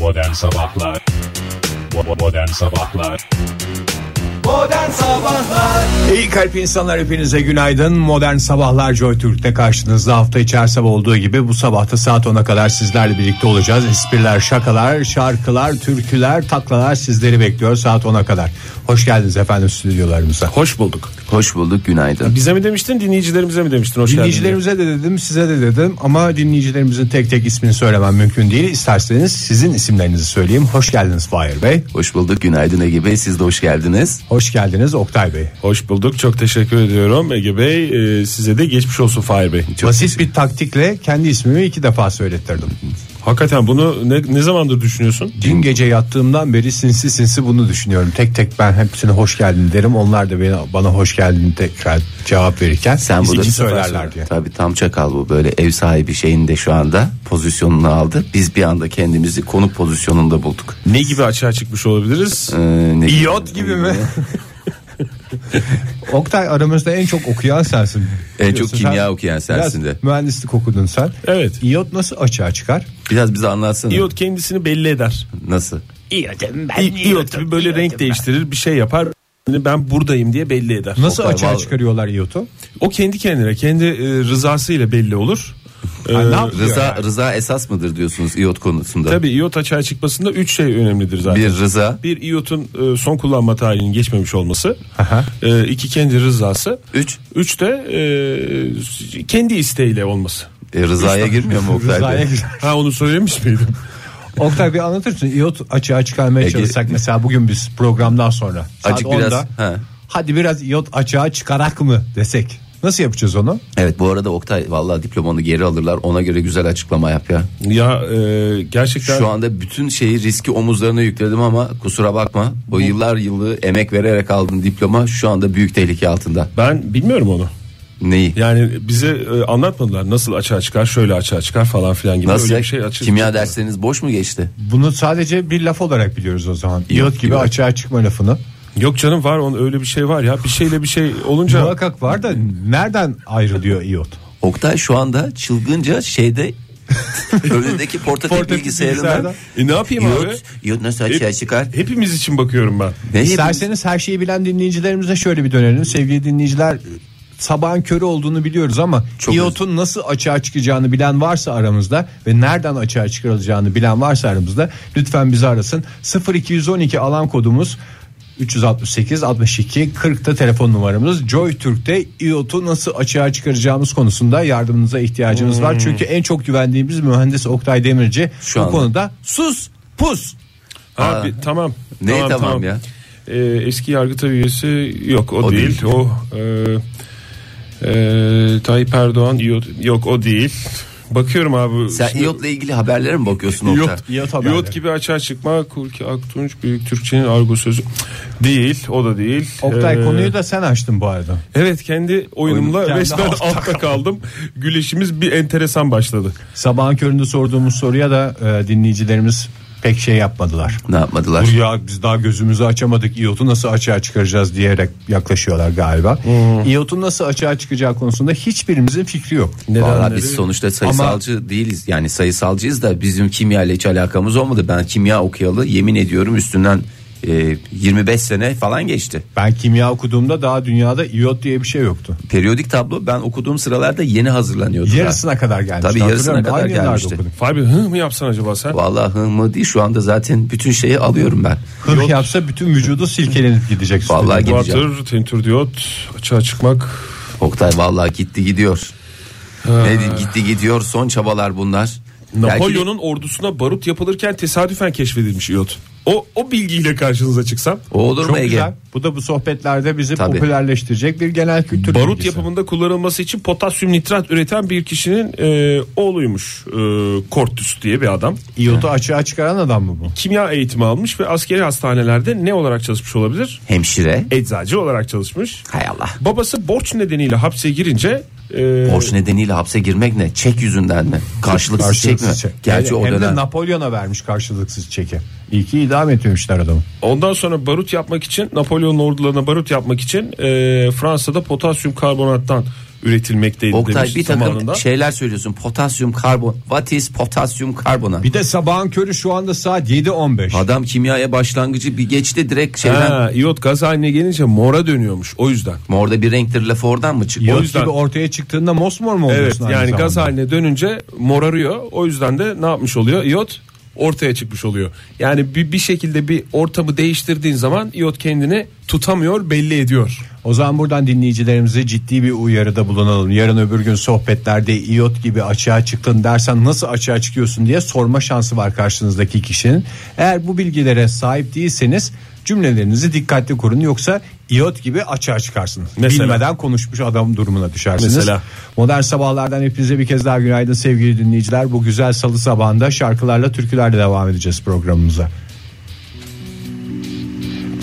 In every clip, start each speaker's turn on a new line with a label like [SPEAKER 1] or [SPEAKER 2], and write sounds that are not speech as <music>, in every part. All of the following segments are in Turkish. [SPEAKER 1] Modern Sabahlar Bo- Modern Sabahlar
[SPEAKER 2] Modern Sabahlar
[SPEAKER 3] İyi kalp insanlar hepinize günaydın. Modern Sabahlar Joy Türk'te karşınızda hafta içi her sabah olduğu gibi bu sabahta saat 10'a kadar sizlerle birlikte olacağız. Espriler, şakalar, şarkılar, türküler, taklalar sizleri bekliyor saat 10'a kadar. Hoş geldiniz efendim stüdyolarımıza.
[SPEAKER 4] Hoş bulduk.
[SPEAKER 2] Hoş bulduk günaydın
[SPEAKER 4] Bize mi demiştin dinleyicilerimize mi demiştin? Hoş geldin.
[SPEAKER 3] Dinleyicilerimize de dedim size de dedim ama dinleyicilerimizin tek tek ismini söylemem mümkün değil. İsterseniz sizin isimlerinizi söyleyeyim. Hoş geldiniz Fahir Bey.
[SPEAKER 2] Hoş bulduk günaydın Ege Bey siz de hoş geldiniz
[SPEAKER 3] Hoş geldiniz Oktay Bey.
[SPEAKER 4] Hoş bulduk. Çok teşekkür ediyorum Ege Bey. Ee, size de geçmiş olsun Fahir Bey.
[SPEAKER 2] Çok
[SPEAKER 3] Basit bir taktikle kendi ismimi iki defa söylettirdim.
[SPEAKER 4] Hakikaten bunu ne, ne zamandır düşünüyorsun?
[SPEAKER 3] Dün gece yattığımdan beri sinsi sinsi bunu düşünüyorum. Tek tek ben hepsine hoş geldin derim. Onlar da beni, bana hoş geldin tekrar cevap verirken
[SPEAKER 2] Sen burada
[SPEAKER 3] iki
[SPEAKER 2] bir
[SPEAKER 3] söylerler diye.
[SPEAKER 2] Tabii tam çakal bu böyle ev sahibi şeyinde şu anda pozisyonunu aldı Biz bir anda kendimizi konuk pozisyonunda bulduk
[SPEAKER 4] Ne gibi açığa çıkmış olabiliriz?
[SPEAKER 2] Ee, ne-
[SPEAKER 3] İyot gibi
[SPEAKER 2] <laughs>
[SPEAKER 3] mi? Oktay aramızda en çok okuyan sensin.
[SPEAKER 2] En
[SPEAKER 3] Biliyorsun
[SPEAKER 2] çok kimya okuyan sensin de
[SPEAKER 3] biraz mühendislik okudun sen.
[SPEAKER 4] Evet.
[SPEAKER 3] İyot nasıl açığa çıkar?
[SPEAKER 2] Biraz bize anlatsana
[SPEAKER 4] İyot kendisini belli eder.
[SPEAKER 2] Nasıl
[SPEAKER 4] İ- İyot gibi böyle renk değiştirir bir şey yapar. Yani Ben buradayım diye belli eder.
[SPEAKER 3] Nasıl
[SPEAKER 2] Oktay,
[SPEAKER 3] açığa
[SPEAKER 2] vallahi-
[SPEAKER 3] çıkarıyorlar iyotu?
[SPEAKER 4] O kendi kendine kendi e, rızasıyla belli olur. Ee,
[SPEAKER 3] ne yapıyor
[SPEAKER 2] Rıza,
[SPEAKER 3] yani?
[SPEAKER 2] rıza esas mıdır diyorsunuz İyot konusunda
[SPEAKER 4] Tabii İyot açığa çıkmasında 3 şey önemlidir zaten.
[SPEAKER 2] Bir rıza
[SPEAKER 4] Bir İyot'un e, son kullanma tarihinin geçmemiş olması.
[SPEAKER 3] Aha.
[SPEAKER 4] E, iki kendi rızası.
[SPEAKER 2] Üç
[SPEAKER 4] Üç de e, kendi isteğiyle olması.
[SPEAKER 2] E, Rıza'ya girmiyor mu Oktay
[SPEAKER 3] Rıza'ya
[SPEAKER 2] Bey?
[SPEAKER 3] girer.
[SPEAKER 4] Ha onu söylemiş miydim?
[SPEAKER 3] Oktay bir anlatırsın. İyot açığa çıkarmaya
[SPEAKER 2] Ege-
[SPEAKER 3] çalışsak mesela bugün biz programdan sonra saat
[SPEAKER 2] Acık
[SPEAKER 3] 10'da,
[SPEAKER 2] biraz, ha.
[SPEAKER 3] Hadi biraz iyot açığa çıkarak mı desek? Nasıl yapacağız onu?
[SPEAKER 2] Evet bu arada Oktay vallahi diplomanı geri alırlar ona göre güzel açıklama yap ya.
[SPEAKER 4] ya e, gerçekten
[SPEAKER 2] Şu anda bütün şeyi riski omuzlarına yükledim ama kusura bakma. O yıllar yılı emek vererek aldığın diploma şu anda büyük tehlike altında.
[SPEAKER 4] ben bilmiyorum onu.
[SPEAKER 2] Neyi?
[SPEAKER 4] Yani bize e, anlatmadılar nasıl açığa çıkar, şöyle açığa çıkar falan filan gibi
[SPEAKER 2] Nasıl
[SPEAKER 4] öyle
[SPEAKER 2] ya?
[SPEAKER 4] bir şey açığa
[SPEAKER 2] Kimya
[SPEAKER 4] çıkmadı.
[SPEAKER 2] dersleriniz boş mu geçti?
[SPEAKER 3] Bunu sadece bir laf olarak biliyoruz o zaman. İyot gibi
[SPEAKER 2] gibi.
[SPEAKER 3] açığa çıkma lafını.
[SPEAKER 4] Yok canım var onun öyle bir şey var ya. Bir şeyle bir şey olunca
[SPEAKER 3] Muhakkak var da nereden ayrılıyor iyot?
[SPEAKER 2] Oktay şu anda çılgınca
[SPEAKER 4] <laughs>
[SPEAKER 2] şeyde önündeki portatif, bilgisayarından
[SPEAKER 3] bilgisayardan.
[SPEAKER 4] e, ne yapayım abi? E,
[SPEAKER 2] Yot, yot nasıl açığa
[SPEAKER 4] Hep-
[SPEAKER 2] çıkar?
[SPEAKER 4] Hepimiz için bakıyorum ben.
[SPEAKER 2] Ne
[SPEAKER 3] İsterseniz her şeyi bilen dinleyicilerimize şöyle bir dönelim. Sevgili dinleyiciler sabahın körü olduğunu biliyoruz ama
[SPEAKER 2] Çok
[SPEAKER 3] iyotun nasıl açığa çıkacağını bilen varsa aramızda ve nereden açığa çıkarılacağını bilen varsa aramızda lütfen bizi arasın. 0212 alan kodumuz 368 62 40'ta telefon numaramız Joy Türk'te iyotu nasıl açığa çıkaracağımız konusunda yardımınıza ihtiyacımız var. Çünkü en çok güvendiğimiz mühendis Oktay Demirci
[SPEAKER 2] Hmm. Şu
[SPEAKER 3] bu
[SPEAKER 2] anda.
[SPEAKER 3] konuda sus pus
[SPEAKER 4] Ha, bir- tamam.
[SPEAKER 2] Neyi tamam ya?
[SPEAKER 4] Ee, eski yargıta üyesi yok o,
[SPEAKER 2] O değil.
[SPEAKER 4] değil. O e, e, Tayyip Erdoğan yok, yok o değil. Bakıyorum abi.
[SPEAKER 2] Sen iyotla ilgili haberlere mi bakıyorsun Oktay?
[SPEAKER 4] Yot,
[SPEAKER 3] Yot
[SPEAKER 4] yot,
[SPEAKER 3] haberleri.
[SPEAKER 4] gibi açığa çıkma Kurki Aktunç Büyük Türkçenin argo sözü değil o da değil.
[SPEAKER 3] Oktay
[SPEAKER 4] Ee,
[SPEAKER 3] konuyu da sen açtın bu arada.
[SPEAKER 4] Evet kendi oyunumla
[SPEAKER 3] Oyun- kendi
[SPEAKER 4] resmen
[SPEAKER 3] altta
[SPEAKER 4] altta kaldım. Güleşimiz bir enteresan başladı.
[SPEAKER 3] Sabahın köründe sorduğumuz soruya da e, dinleyicilerimiz pek şey yapmadılar.
[SPEAKER 2] Ne yapmadılar?
[SPEAKER 3] Dur ya biz daha gözümüzü açamadık iyotu nasıl açığa çıkaracağız diyerek yaklaşıyorlar galiba.
[SPEAKER 2] Hmm.
[SPEAKER 3] İyotun nasıl açığa çıkacağı konusunda hiçbirimizin fikri yok.
[SPEAKER 2] Valla
[SPEAKER 4] Nedenleri-
[SPEAKER 2] biz sonuçta sayısalcı değiliz yani sayısalcıyız da bizim kimya ile hiç alakamız olmadı. Ben kimya okuyalı yemin ediyorum üstünden e, 25 sene falan geçti.
[SPEAKER 3] Ben kimya okuduğumda daha dünyada iyot diye bir şey yoktu.
[SPEAKER 2] Periyodik tablo ben okuduğum sıralarda yeni hazırlanıyordu. daha.
[SPEAKER 3] Yarısına kadar gelmişti.
[SPEAKER 2] Tabii yarısına
[SPEAKER 3] hatırlıyorum.
[SPEAKER 2] kadar
[SPEAKER 3] Aynı yıllarda
[SPEAKER 2] gelmişti.
[SPEAKER 3] okudum.
[SPEAKER 4] Fabi hı mı yapsan acaba sen?
[SPEAKER 2] Vallahi hı mı değil şu anda zaten bütün şeyi alıyorum ben.
[SPEAKER 3] Hırk yapsa bütün vücudu silkelenip gidecek.
[SPEAKER 2] Vallahi
[SPEAKER 3] stüdyoda.
[SPEAKER 2] gideceğim.
[SPEAKER 4] Water, tentür diyot, açığa çıkmak.
[SPEAKER 2] Oktay vallahi gitti gidiyor. Ne diyeyim, gitti gidiyor son çabalar bunlar. Belki de-
[SPEAKER 4] Napolyon'un ordusuna barut yapılırken tesadüfen keşfedilmiş iot. O, o bilgiyle karşınıza çıksam.
[SPEAKER 2] o olur mu
[SPEAKER 3] Çok
[SPEAKER 2] Ege?
[SPEAKER 3] güzel. Bu da bu sohbetlerde bizi
[SPEAKER 2] Tabii.
[SPEAKER 3] popülerleştirecek bir genel kültür.
[SPEAKER 4] Barut
[SPEAKER 3] bilgisi.
[SPEAKER 4] yapımında kullanılması için potasyum nitrat üreten bir kişinin e, oğluymuş e, Cortus diye bir adam.
[SPEAKER 3] İyotu açığa çıkaran adam mı bu?
[SPEAKER 4] Kimya eğitimi almış ve askeri hastanelerde ne olarak çalışmış olabilir?
[SPEAKER 2] Hemşire.
[SPEAKER 4] Eczacı olarak çalışmış.
[SPEAKER 2] Hay Allah.
[SPEAKER 4] Babası borç nedeniyle hapse girince e,
[SPEAKER 2] Borç nedeniyle hapse girmek ne? Çek yüzünden mi? Karşılıksız, çek mi?
[SPEAKER 3] Karşılıksız çek.
[SPEAKER 2] Gerçi
[SPEAKER 3] Yani
[SPEAKER 2] o
[SPEAKER 3] hem
[SPEAKER 2] dönem.
[SPEAKER 3] de Napolyon'a vermiş karşılıksız çeki. İyi ki idam etmemişler adamı.
[SPEAKER 4] Ondan sonra barut yapmak için Napolyon'un ordularına barut yapmak için e, Fransa'da potasyum karbonattan üretilmekteydi
[SPEAKER 2] Oktay
[SPEAKER 4] demiş
[SPEAKER 2] bir takım
[SPEAKER 4] zamanında.
[SPEAKER 2] şeyler söylüyorsun. Potasyum karbon. What is potasyum karbonat?
[SPEAKER 3] Bir de sabahın körü şu anda saat 7.15.
[SPEAKER 2] Adam kimyaya başlangıcı bir geçti direkt şeyden.
[SPEAKER 4] Ha, iot gaz haline gelince mora dönüyormuş o yüzden.
[SPEAKER 2] Morda bir renktir lafı oradan mı çıktı?
[SPEAKER 3] Yol
[SPEAKER 4] yüzden-
[SPEAKER 3] gibi ortaya çıktığında mosmor mu
[SPEAKER 4] Evet
[SPEAKER 3] oluyorsun? aynı
[SPEAKER 4] yani gaz
[SPEAKER 3] zamanda?
[SPEAKER 4] haline dönünce morarıyor. O yüzden de ne yapmış oluyor? İyot ortaya çıkmış oluyor. Yani bir, bir şekilde bir ortamı değiştirdiğin zaman iyot kendini tutamıyor belli ediyor.
[SPEAKER 3] O zaman buradan dinleyicilerimize ciddi bir uyarıda bulunalım. Yarın öbür gün sohbetlerde iot gibi açığa çıktın dersen nasıl açığa çıkıyorsun diye sorma şansı var karşınızdaki kişinin. Eğer bu bilgilere sahip değilseniz cümlelerinizi dikkatli kurun yoksa iot gibi açığa çıkarsınız.
[SPEAKER 4] Mesela.
[SPEAKER 3] Bilmeden konuşmuş adam durumuna düşersiniz.
[SPEAKER 4] Mesela.
[SPEAKER 3] Modern sabahlardan hepinize bir kez daha günaydın sevgili dinleyiciler. Bu güzel salı sabahında şarkılarla türkülerle devam edeceğiz programımıza.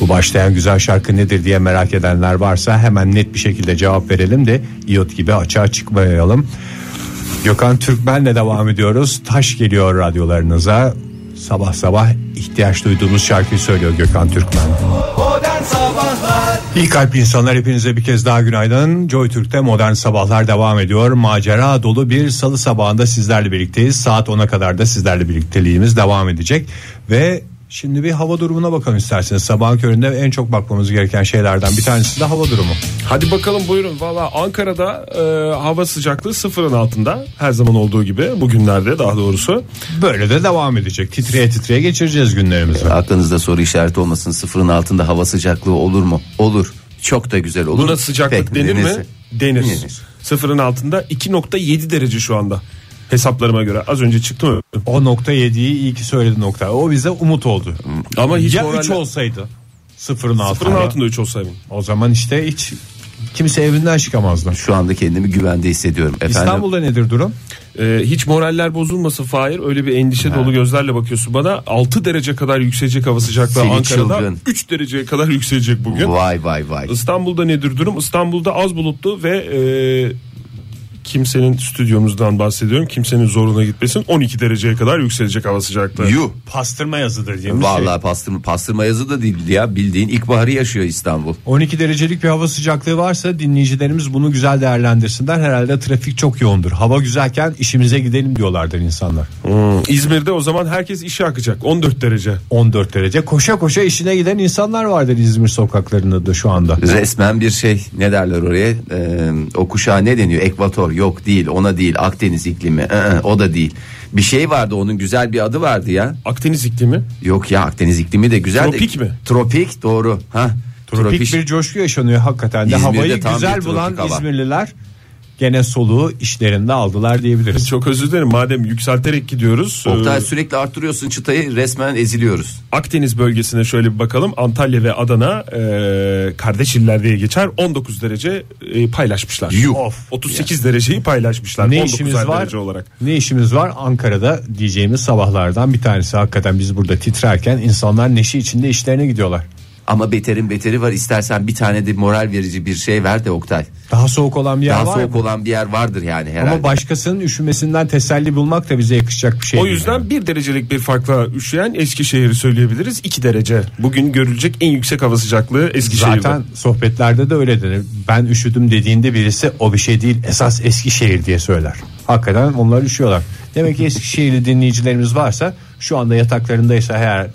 [SPEAKER 3] Bu başlayan güzel şarkı nedir diye merak edenler varsa hemen net bir şekilde cevap verelim de iot gibi açığa çıkmayalım. Gökhan Türkmen'le devam ediyoruz. Taş geliyor radyolarınıza. Sabah sabah ihtiyaç duyduğumuz şarkıyı söylüyor Gökhan Türkmen. İyi kalp insanlar hepinize bir kez daha günaydın. Joy Türk'te modern sabahlar devam ediyor. Macera dolu bir salı sabahında sizlerle birlikteyiz. Saat 10'a kadar da sizlerle birlikteliğimiz devam edecek. Ve şimdi bir hava durumuna bakalım isterseniz. Sabahın köründe en çok bakmamız gereken şeylerden bir tanesi de hava durumu.
[SPEAKER 4] Hadi bakalım buyurun. Valla Ankara'da e, hava sıcaklığı sıfırın altında. Her zaman olduğu gibi bugünlerde daha doğrusu.
[SPEAKER 3] Böyle de devam edecek. Titreye titreye geçireceğiz günlerimizi.
[SPEAKER 2] Aklınızda soru işareti olmasın. Sıfırın altında hava sıcaklığı olur mu? Olur. Çok da güzel olur.
[SPEAKER 4] Buna sıcaklık
[SPEAKER 2] Pek
[SPEAKER 4] denir mi?
[SPEAKER 2] denirse.
[SPEAKER 4] Denir.
[SPEAKER 2] Denir.
[SPEAKER 4] Sıfırın altında 2.7 derece şu anda. Hesaplarıma göre az önce çıktı mı?
[SPEAKER 3] O nokta yediği iyi ki söyledi nokta. O bize umut oldu.
[SPEAKER 4] Ama hiç
[SPEAKER 3] ya
[SPEAKER 4] moralle-
[SPEAKER 3] 3 olsaydı. Sıfırın altında.
[SPEAKER 4] Sıfırın altında 3 olsaydım.
[SPEAKER 3] O zaman işte hiç kimse evinden çıkamazdı.
[SPEAKER 2] Şu anda kendimi güvende hissediyorum. Efendim,
[SPEAKER 3] İstanbul'da nedir durum?
[SPEAKER 4] Ee, hiç moraller bozulmasın Fahir. Öyle bir endişe dolu gözlerle bakıyorsun bana. 6 derece kadar yükselecek hava sıcaklığı
[SPEAKER 2] Seni
[SPEAKER 4] Ankara'da.
[SPEAKER 2] çılgın.
[SPEAKER 4] 3 dereceye kadar yükselecek bugün.
[SPEAKER 2] Vay vay vay.
[SPEAKER 4] İstanbul'da nedir durum? İstanbul'da az bulutlu ve e, kimsenin stüdyomuzdan bahsediyorum. Kimsenin zoruna gitmesin. 12 dereceye kadar yükselecek hava sıcaklığı.
[SPEAKER 2] Yuh.
[SPEAKER 3] Pastırma yazıdır diye.
[SPEAKER 4] şey.
[SPEAKER 2] Vallahi pastırma, pastırma yazı da değil ya bildiğin ilkbaharı yaşıyor İstanbul.
[SPEAKER 3] 12 derecelik bir hava sıcaklığı varsa dinleyicilerimiz bunu güzel değerlendirsinler. Herhalde trafik çok yoğundur. Hava güzelken işimize gidelim diyorlardır insanlar.
[SPEAKER 4] Hmm. İzmir'de o zaman herkes işe akacak. 14 derece.
[SPEAKER 3] 14 derece koşa koşa işine giden insanlar vardır İzmir sokaklarında da şu anda.
[SPEAKER 2] Resmen bir şey ne derler oraya Ee, o kuşağa ne deniyor ekvator yok değil ona değil Akdeniz iklimi ı-ı, o da değil. Bir şey vardı onun güzel bir adı vardı ya.
[SPEAKER 4] Akdeniz iklimi.
[SPEAKER 2] Yok ya Akdeniz iklimi de güzel de-
[SPEAKER 4] Tropik mi?
[SPEAKER 2] Tropik doğru. Ha.
[SPEAKER 3] Tropik bir coşku yaşanıyor hakikaten de.
[SPEAKER 2] İzmir'de
[SPEAKER 3] Havayı
[SPEAKER 2] tam
[SPEAKER 3] güzel
[SPEAKER 2] bir
[SPEAKER 3] bulan
[SPEAKER 2] tropik hava.
[SPEAKER 3] İzmirliler gene soluğu işlerinde aldılar diyebiliriz.
[SPEAKER 4] Çok özür dilerim. Madem yükselterek gidiyoruz.
[SPEAKER 2] Oktay
[SPEAKER 4] e,
[SPEAKER 2] sürekli arttırıyorsun çıtayı resmen eziliyoruz.
[SPEAKER 4] Akdeniz bölgesine şöyle bir bakalım. Antalya ve Adana e, kardeş iller diye geçer. 19 derece e, paylaşmışlar.
[SPEAKER 2] Yuh.
[SPEAKER 4] Of. 38 dereceyi paylaşmışlar.
[SPEAKER 3] Ne
[SPEAKER 4] 19
[SPEAKER 3] işimiz var?
[SPEAKER 4] derece olarak.
[SPEAKER 3] Ne işimiz var? Ankara'da diyeceğimiz sabahlardan bir tanesi. Hakikaten biz burada titrerken insanlar neşe içinde işlerine gidiyorlar.
[SPEAKER 2] Ama beterin beteri var istersen bir tane de moral verici bir şey ver de Oktay.
[SPEAKER 3] Daha soğuk olan bir yer
[SPEAKER 2] Daha
[SPEAKER 3] var
[SPEAKER 2] soğuk
[SPEAKER 3] mı?
[SPEAKER 2] olan bir yer vardır yani herhalde.
[SPEAKER 3] Ama başkasının üşümesinden teselli bulmak da bize yakışacak bir şey.
[SPEAKER 4] O
[SPEAKER 3] değil
[SPEAKER 4] yüzden
[SPEAKER 3] yani.
[SPEAKER 4] bir derecelik bir farkla üşüyen Eskişehir'i söyleyebiliriz. 2 derece. Bugün görülecek en yüksek hava sıcaklığı Eskişehir'de.
[SPEAKER 3] Zaten sohbetlerde de öyle denir. Ben üşüdüm dediğinde birisi o bir şey değil esas Eskişehir diye söyler. Hakikaten onlar üşüyorlar. Demek ki Eskişehirli dinleyicilerimiz varsa şu anda yataklarındaysa eğer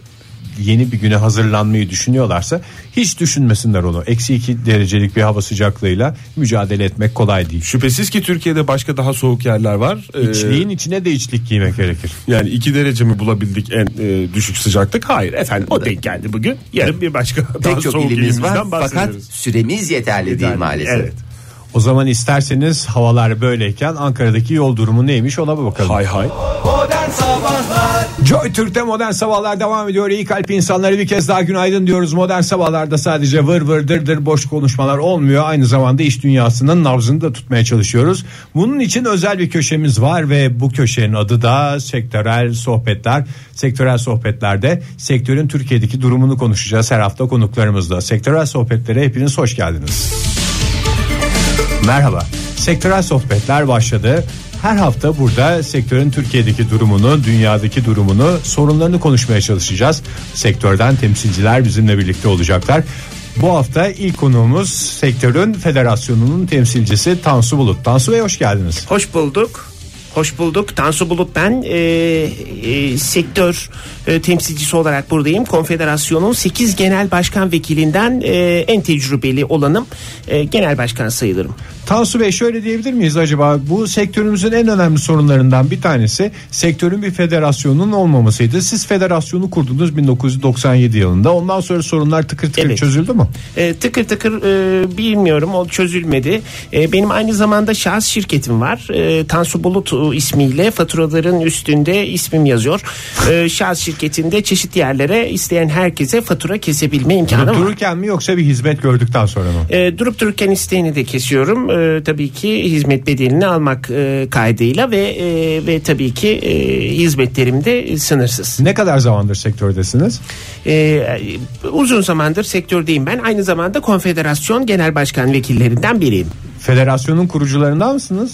[SPEAKER 3] yeni bir güne hazırlanmayı düşünüyorlarsa hiç düşünmesinler onu. Eksi iki derecelik bir hava sıcaklığıyla mücadele etmek kolay değil.
[SPEAKER 4] Şüphesiz ki Türkiye'de başka daha soğuk yerler var. Ee,
[SPEAKER 3] İçliğin içine de içlik giymek gerekir.
[SPEAKER 4] yani 2 derece mi bulabildik en e, düşük sıcaklık? Hayır efendim o denk geldi bugün. Yarın bir başka daha
[SPEAKER 2] Pek çok
[SPEAKER 4] soğuk
[SPEAKER 2] ilimiz var
[SPEAKER 4] ilimizden
[SPEAKER 2] fakat
[SPEAKER 4] bahsederiz.
[SPEAKER 2] süremiz yeterli, değil maalesef.
[SPEAKER 4] Evet.
[SPEAKER 3] O zaman isterseniz havalar böyleyken Ankara'daki yol durumu neymiş ona bir bakalım.
[SPEAKER 4] Hay hay.
[SPEAKER 3] Joy Türk'te modern sabahlar devam ediyor. İyi kalp insanları bir kez daha günaydın diyoruz. Modern sabahlarda sadece vır vır dır dır boş konuşmalar olmuyor. Aynı zamanda iş dünyasının nabzını da tutmaya çalışıyoruz. Bunun için özel bir köşemiz var ve bu köşenin adı da sektörel sohbetler. Sektörel sohbetlerde sektörün Türkiye'deki durumunu konuşacağız her hafta konuklarımızla. Sektörel sohbetlere hepiniz hoş geldiniz. Merhaba. Sektörel sohbetler başladı. Her hafta burada sektörün Türkiye'deki durumunu, dünyadaki durumunu, sorunlarını konuşmaya çalışacağız. Sektörden temsilciler bizimle birlikte olacaklar. Bu hafta ilk konuğumuz sektörün federasyonunun temsilcisi Tansu Bulut. Tansu Bey hoş geldiniz.
[SPEAKER 5] Hoş bulduk. Hoş bulduk. Tansu Bulut ben e, e, sektör e, temsilcisi olarak buradayım. Konfederasyonun 8 genel başkan vekilinden e, en tecrübeli olanım. E, genel başkan sayılırım.
[SPEAKER 3] Tansu Bey şöyle diyebilir miyiz acaba bu sektörümüzün en önemli sorunlarından bir tanesi sektörün bir federasyonunun olmamasıydı. Siz federasyonu kurdunuz 1997 yılında ondan sonra sorunlar tıkır tıkır
[SPEAKER 5] Evet.
[SPEAKER 3] çözüldü mü?
[SPEAKER 5] E, tıkır tıkır e, bilmiyorum o çözülmedi. E, benim aynı zamanda şahıs şirketim var. E, Tansu Bulut e, ismiyle faturaların üstünde ismim yazıyor. E, şahıs şirketinde çeşitli yerlere isteyen herkese fatura kesebilme imkanı var.
[SPEAKER 3] Dururken mi yoksa bir hizmet gördükten sonra mı?
[SPEAKER 5] E, durup dururken isteğini de kesiyorum. E, tabii ki hizmet bedelini almak e, kaydıyla ve e, ve tabii ki e, hizmetlerim de sınırsız.
[SPEAKER 3] Ne kadar zamandır sektördesiniz?
[SPEAKER 5] E, uzun zamandır sektördeyim ben. Aynı zamanda konfederasyon genel başkan vekillerinden biriyim.
[SPEAKER 3] Federasyonun kurucularından mısınız?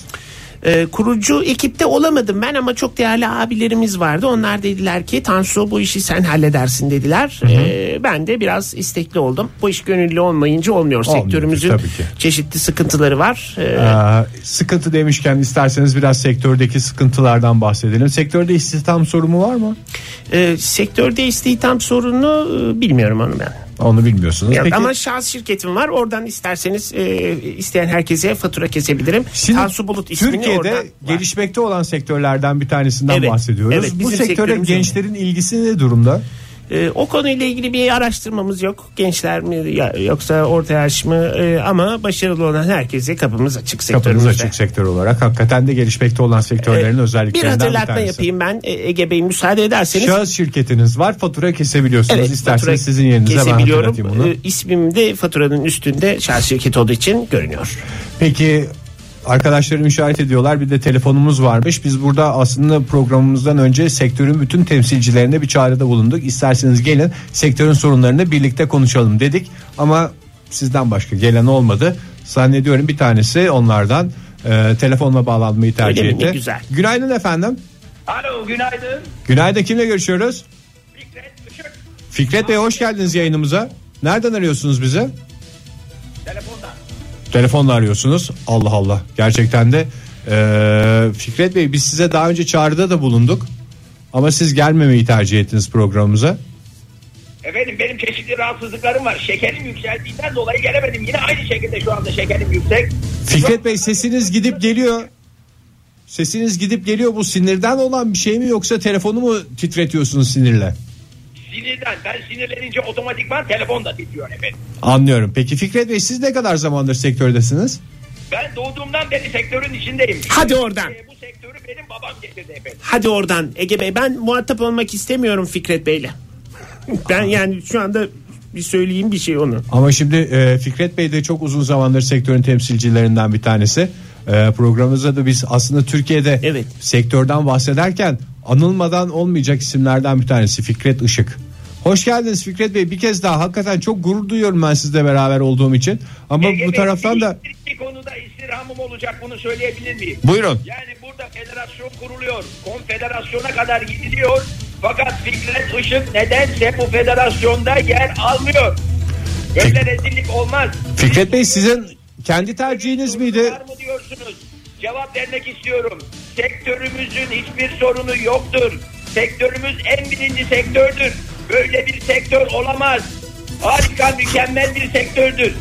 [SPEAKER 5] E, kurucu ekipte olamadım ben ama çok değerli abilerimiz vardı. Onlar dediler ki Tansu bu işi sen halledersin dediler. E, ben de biraz istekli oldum. Bu iş gönüllü olmayınca olmuyor.
[SPEAKER 3] Olmuyor,
[SPEAKER 5] Sektörümüzün
[SPEAKER 3] tabii ki.
[SPEAKER 5] çeşitli sıkıntıları var. E,
[SPEAKER 3] Ee, sıkıntı demişken isterseniz biraz sektördeki sıkıntılardan bahsedelim. Sektörde istihdam sorunu var mı?
[SPEAKER 5] E, sektörde istihdam sorunu e, bilmiyorum onu ben.
[SPEAKER 3] Onu bilmiyorsunuz.
[SPEAKER 5] Ya,
[SPEAKER 3] E, Peki,
[SPEAKER 5] Ama şahıs şirketim var. Oradan isterseniz e, isteyen herkese fatura kesebilirim.
[SPEAKER 3] Şimdi
[SPEAKER 5] Tansu Bulut ismini
[SPEAKER 3] Türkiye'de
[SPEAKER 5] oradan var.
[SPEAKER 3] gelişmekte olan sektörlerden bir tanesinden
[SPEAKER 5] Evet,
[SPEAKER 3] bahsediyoruz.
[SPEAKER 5] evet,
[SPEAKER 3] Bu
[SPEAKER 5] bizim
[SPEAKER 3] sektöre
[SPEAKER 5] sektörümüz
[SPEAKER 3] gençlerin ilgisi ne durumda?
[SPEAKER 5] E, o konuyla ilgili bir araştırmamız yok. Gençler mi ya- yoksa orta yaş mı? E, ama başarılı olan herkese kapımız açık
[SPEAKER 3] Kapınız
[SPEAKER 5] sektörümüzde.
[SPEAKER 3] açık sektör olarak hakikaten de gelişmekte olan sektörlerin
[SPEAKER 5] Bir
[SPEAKER 3] özelliklerinden bir
[SPEAKER 5] hatırlatma
[SPEAKER 3] tanesi.
[SPEAKER 5] yapayım ben E, Ege Bey müsaade ederseniz.
[SPEAKER 3] Şahıs şirketiniz var fatura kesebiliyorsunuz. İsterseniz
[SPEAKER 5] fatura
[SPEAKER 3] sizin yerinize ben
[SPEAKER 5] kesebiliyorum.
[SPEAKER 3] hatırlatayım bunu.
[SPEAKER 5] E, ismim de faturanın üstünde şahıs şirket olduğu için görünüyor.
[SPEAKER 3] Peki arkadaşlarım işaret ediyorlar bir de telefonumuz varmış. Biz burada aslında programımızdan önce sektörün bütün temsilcilerine bir çağrıda bulunduk. İsterseniz gelin sektörün sorunlarını birlikte konuşalım dedik. Ama sizden başka gelen olmadı. Zannediyorum bir tanesi onlardan e, telefonla bağlanmayı tercih
[SPEAKER 5] Öyle mi?
[SPEAKER 3] etti.
[SPEAKER 5] Ne güzel.
[SPEAKER 3] Günaydın efendim.
[SPEAKER 6] Alo günaydın.
[SPEAKER 3] Günaydın kimle görüşüyoruz?
[SPEAKER 6] Fikret Işık.
[SPEAKER 3] Fikret Bey hoş geldiniz yayınımıza. Nereden arıyorsunuz bizi?
[SPEAKER 6] Telefondan.
[SPEAKER 3] Telefonla arıyorsunuz. Allah Allah. Gerçekten de eee, Fikret Bey biz size daha önce çağrıda da bulunduk. Ama siz gelmemeyi tercih ettiniz programımıza.
[SPEAKER 6] Efendim benim çeşitli rahatsızlıklarım var. Şekerim yükseldiğinden dolayı gelemedim. Yine aynı şekilde şu anda şekerim yüksek.
[SPEAKER 3] Fikret Bey sesiniz gidip geliyor. Sesiniz gidip geliyor. Bu sinirden olan bir şey mi yoksa telefonu mu titretiyorsunuz sinirle?
[SPEAKER 6] Sinirden. Ben sinirlenince otomatikman telefon da titriyor efendim.
[SPEAKER 3] Anlıyorum. Peki Fikret Bey siz ne kadar zamandır sektördesiniz?
[SPEAKER 6] Ben doğduğumdan beri sektörün içindeyim.
[SPEAKER 5] Hadi oradan.
[SPEAKER 6] Ee, bu sektörü benim babam getirdi efendim.
[SPEAKER 5] Hadi oradan Ege Bey ben muhatap olmak istemiyorum Fikret Bey'le. ben yani şu anda bir söyleyeyim bir şey onu.
[SPEAKER 3] Ama şimdi e, Fikret Bey de çok uzun zamandır sektörün temsilcilerinden bir tanesi. E, programımızda da biz aslında Türkiye'de
[SPEAKER 5] Evet.
[SPEAKER 3] sektörden bahsederken anılmadan olmayacak isimlerden bir tanesi Fikret Işık. Hoş geldiniz Fikret Bey. Bir kez daha hakikaten çok gurur duyuyorum ben sizle beraber olduğum için. Ama
[SPEAKER 6] Ege
[SPEAKER 3] bu
[SPEAKER 6] Bey,
[SPEAKER 3] taraftan
[SPEAKER 6] bir-
[SPEAKER 3] da
[SPEAKER 6] E, Bir konuda istirhamım olacak bunu söyleyebilir miyim?
[SPEAKER 3] buyurun.
[SPEAKER 6] Yani burada federasyon kuruluyor. Konfederasyona kadar gidiliyor. Fakat Fikret Işık nedense bu federasyonda yer almıyor. Böyle rezillik olmaz.
[SPEAKER 3] Fikret Bey sizin kendi tercihiniz
[SPEAKER 6] Sorunu
[SPEAKER 3] miydi?
[SPEAKER 6] Var mı diyorsunuz? Cevap vermek istiyorum. Sektörümüzün hiçbir sorunu yoktur. Sektörümüz en birinci sektördür. Böyle bir sektör olamaz. Harika mükemmel bir sektördür.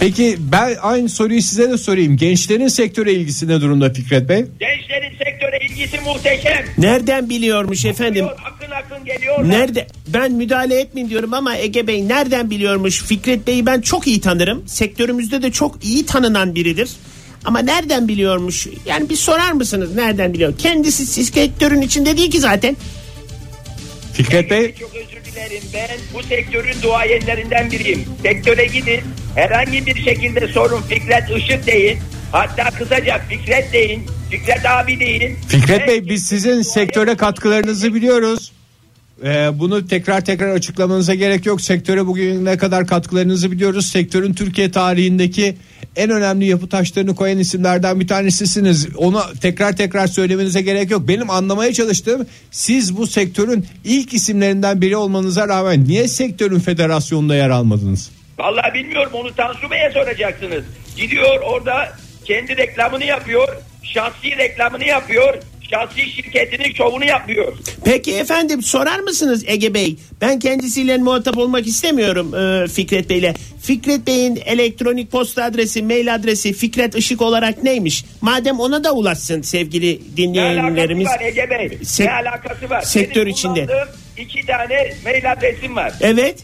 [SPEAKER 3] Peki ben aynı soruyu size de sorayım. Gençlerin sektöre ilgisi ne durumda Fikret Bey?
[SPEAKER 6] Gençlerin sektöre ilgisi muhteşem.
[SPEAKER 5] Nereden biliyormuş efendim?
[SPEAKER 6] Diyor, akın akın geliyorlar.
[SPEAKER 5] Nerede? Ben müdahale etmeyeyim diyorum ama Ege Bey nereden biliyormuş? Fikret Bey'i ben çok iyi tanırım. Sektörümüzde de çok iyi tanınan biridir. Ama nereden biliyormuş? Yani bir sorar mısınız nereden biliyor? Kendisi siz sektörün içinde değil ki zaten.
[SPEAKER 3] Fikret Bey
[SPEAKER 6] Çok özür dilerim. Ben bu sektörün duayenlerinden biriyim. Sektöre gidin. Herhangi bir şekilde sorun Fikret Işık deyin. Hatta kısaca Fikret deyin. Fikret abi deyin.
[SPEAKER 3] Fikret Bey
[SPEAKER 6] Herkesin
[SPEAKER 3] biz sizin sektöre katkılarınızı biliyoruz. Ee, bunu tekrar tekrar açıklamanıza gerek yok. Sektöre bugün ne kadar katkılarınızı biliyoruz. Sektörün Türkiye tarihindeki en önemli yapı taşlarını koyan isimlerden bir tanesisiniz. Onu tekrar tekrar söylemenize gerek yok. Benim anlamaya çalıştığım siz bu sektörün ilk isimlerinden biri olmanıza rağmen niye sektörün federasyonunda yer almadınız?
[SPEAKER 6] Vallahi bilmiyorum onu Tansu Bey'e soracaksınız. Gidiyor orada kendi reklamını yapıyor. Şahsi reklamını yapıyor. Şahsi şirketinin şovunu yapıyor.
[SPEAKER 5] Peki efendim sorar mısınız Ege Bey? Ben kendisiyle muhatap olmak istemiyorum e, Fikret Bey'le. Fikret Bey'in elektronik posta adresi, mail adresi Fikret Işık olarak neymiş? Madem ona da ulaşsın sevgili
[SPEAKER 6] Ne alakası
[SPEAKER 5] dinleyenlerimiz.
[SPEAKER 6] var Ege Bey?
[SPEAKER 5] Sek-
[SPEAKER 6] ne alakası var?
[SPEAKER 5] sektör
[SPEAKER 6] Benim
[SPEAKER 5] içinde.
[SPEAKER 6] kullandığım iki tane mail adresim var.
[SPEAKER 5] Evet.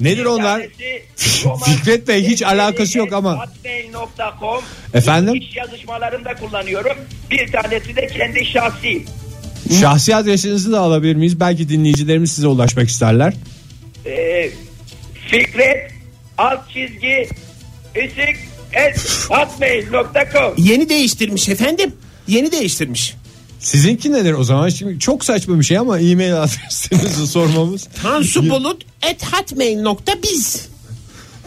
[SPEAKER 3] Nedir onlar? <laughs> Fikret Bey, hiç alakası yok ama.
[SPEAKER 6] Hotmail.com
[SPEAKER 3] Efendim?
[SPEAKER 6] İş yazışmalarımda kullanıyorum. Bir tanesi de kendi şahsi.
[SPEAKER 3] Şahsi adresinizi de alabilir miyiz? Belki dinleyicilerimiz size ulaşmak isterler.
[SPEAKER 6] Ee, Fikret alt çizgi ısık et hotmail.com
[SPEAKER 5] Yeni değiştirmiş efendim. Yeni değiştirmiş.
[SPEAKER 3] Sizinki nedir o zaman? Şimdi çok saçma bir şey ama e-mail <laughs> adresinizi sormamız.
[SPEAKER 5] Tansu Bulut et hotmail.biz.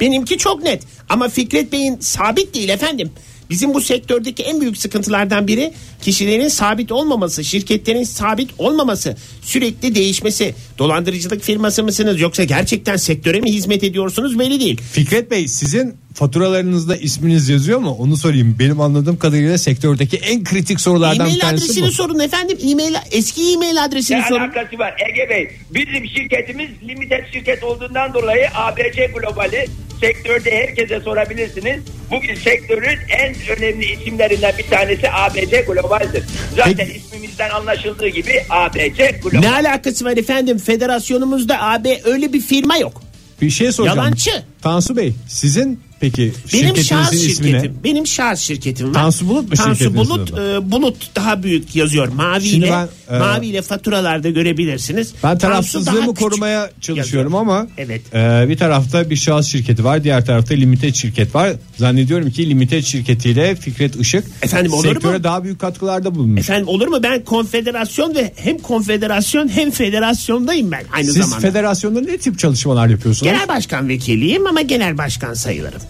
[SPEAKER 5] Benimki çok net. Ama Fikret Bey'in sabit değil efendim. Bizim bu sektördeki en büyük sıkıntılardan biri kişilerin sabit olmaması, şirketlerin sabit olmaması, sürekli değişmesi. Dolandırıcılık firması mısınız yoksa gerçekten sektöre mi hizmet ediyorsunuz belli değil.
[SPEAKER 3] Fikret Bey sizin faturalarınızda isminiz yazıyor mu? Onu sorayım. Benim anladığım kadarıyla sektördeki en kritik sorulardan bir
[SPEAKER 5] E-mail
[SPEAKER 3] tanesi
[SPEAKER 5] adresini
[SPEAKER 3] bu.
[SPEAKER 5] sorun efendim. E-mail eski e-mail adresini
[SPEAKER 6] ne
[SPEAKER 5] sorun.
[SPEAKER 6] alakası var Ege Bey bizim şirketimiz limited şirket olduğundan dolayı ABC Global'i sektörde herkese sorabilirsiniz bugün sektörün en önemli isimlerinden bir tanesi ABC Global'dir zaten
[SPEAKER 3] Peki.
[SPEAKER 6] ismimizden anlaşıldığı gibi ABC Global
[SPEAKER 5] Ne alakası var efendim? Federasyonumuzda AB öyle bir firma yok.
[SPEAKER 3] Bir şey soracağım.
[SPEAKER 5] Yalancı.
[SPEAKER 3] Tansu Bey sizin peki
[SPEAKER 5] Benim şahıs
[SPEAKER 3] şirketinizin ismi ne?
[SPEAKER 5] şirketim. Benim şahıs şirketim var.
[SPEAKER 3] Tansu Bulut mu
[SPEAKER 5] Tansu
[SPEAKER 3] şirketinizin
[SPEAKER 5] Bulut,
[SPEAKER 3] adı?
[SPEAKER 5] e, Bulut daha büyük yazıyor. Maviyle,
[SPEAKER 3] Şimdi ben, e,
[SPEAKER 5] maviyle faturalarda görebilirsiniz.
[SPEAKER 3] Ben
[SPEAKER 5] Tansu daha
[SPEAKER 3] tarafsızlığımı
[SPEAKER 5] küçük
[SPEAKER 3] korumaya çalışıyorum
[SPEAKER 5] yazıyor.
[SPEAKER 3] ama
[SPEAKER 5] Evet.
[SPEAKER 3] e, bir tarafta bir şahıs şirketi var, diğer tarafta limited şirket var. Zannediyorum ki limited şirketiyle Fikret Işık
[SPEAKER 5] Efendim, olur mu?
[SPEAKER 3] sektöre daha büyük katkılarda bulunmuş.
[SPEAKER 5] Efendim olur mu? Ben konfederasyon ve hem konfederasyon hem federasyondayım ben aynı
[SPEAKER 3] Siz
[SPEAKER 5] zamanda.
[SPEAKER 3] federasyonda ne tip çalışmalar yapıyorsunuz?
[SPEAKER 5] genel başkan vekiliyim ama genel başkan sayılırım.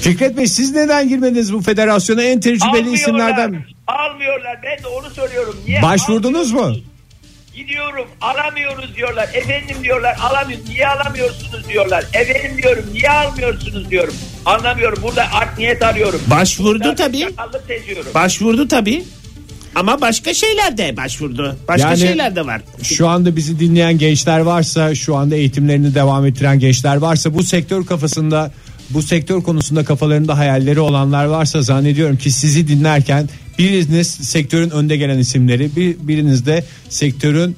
[SPEAKER 3] Fikret Bey siz neden girmediniz bu federasyona en tecrübeli
[SPEAKER 6] Almıyorlar,
[SPEAKER 3] isimlerden?
[SPEAKER 6] Almıyorlar. Ben de onu soruyorum. Niye
[SPEAKER 3] Başvurdunuz mu?
[SPEAKER 6] almıyorsunuz? Gidiyorum alamıyoruz diyorlar. Efendim diyorlar alamıyoruz. Niye alamıyorsunuz diyorlar. Efendim diyorum niye almıyorsunuz diyorum. Anlamıyorum. Burada art niyet arıyorum.
[SPEAKER 5] Başvurdu
[SPEAKER 6] Burada
[SPEAKER 5] tabii.
[SPEAKER 6] Sakallık seziyorum.
[SPEAKER 5] Başvurdu tabii. Ama başka şeyler de başvurdu. Başka
[SPEAKER 3] Yani-
[SPEAKER 5] şeyler de var.
[SPEAKER 3] Şu anda bizi dinleyen gençler varsa, şu anda eğitimlerini devam ettiren gençler varsa, bu sektör kafasında, bu sektör konusunda kafalarında hayalleri olanlar varsa zannediyorum ki sizi dinlerken biriniz sektörün önde gelen isimleri, bir, biriniz de sektörün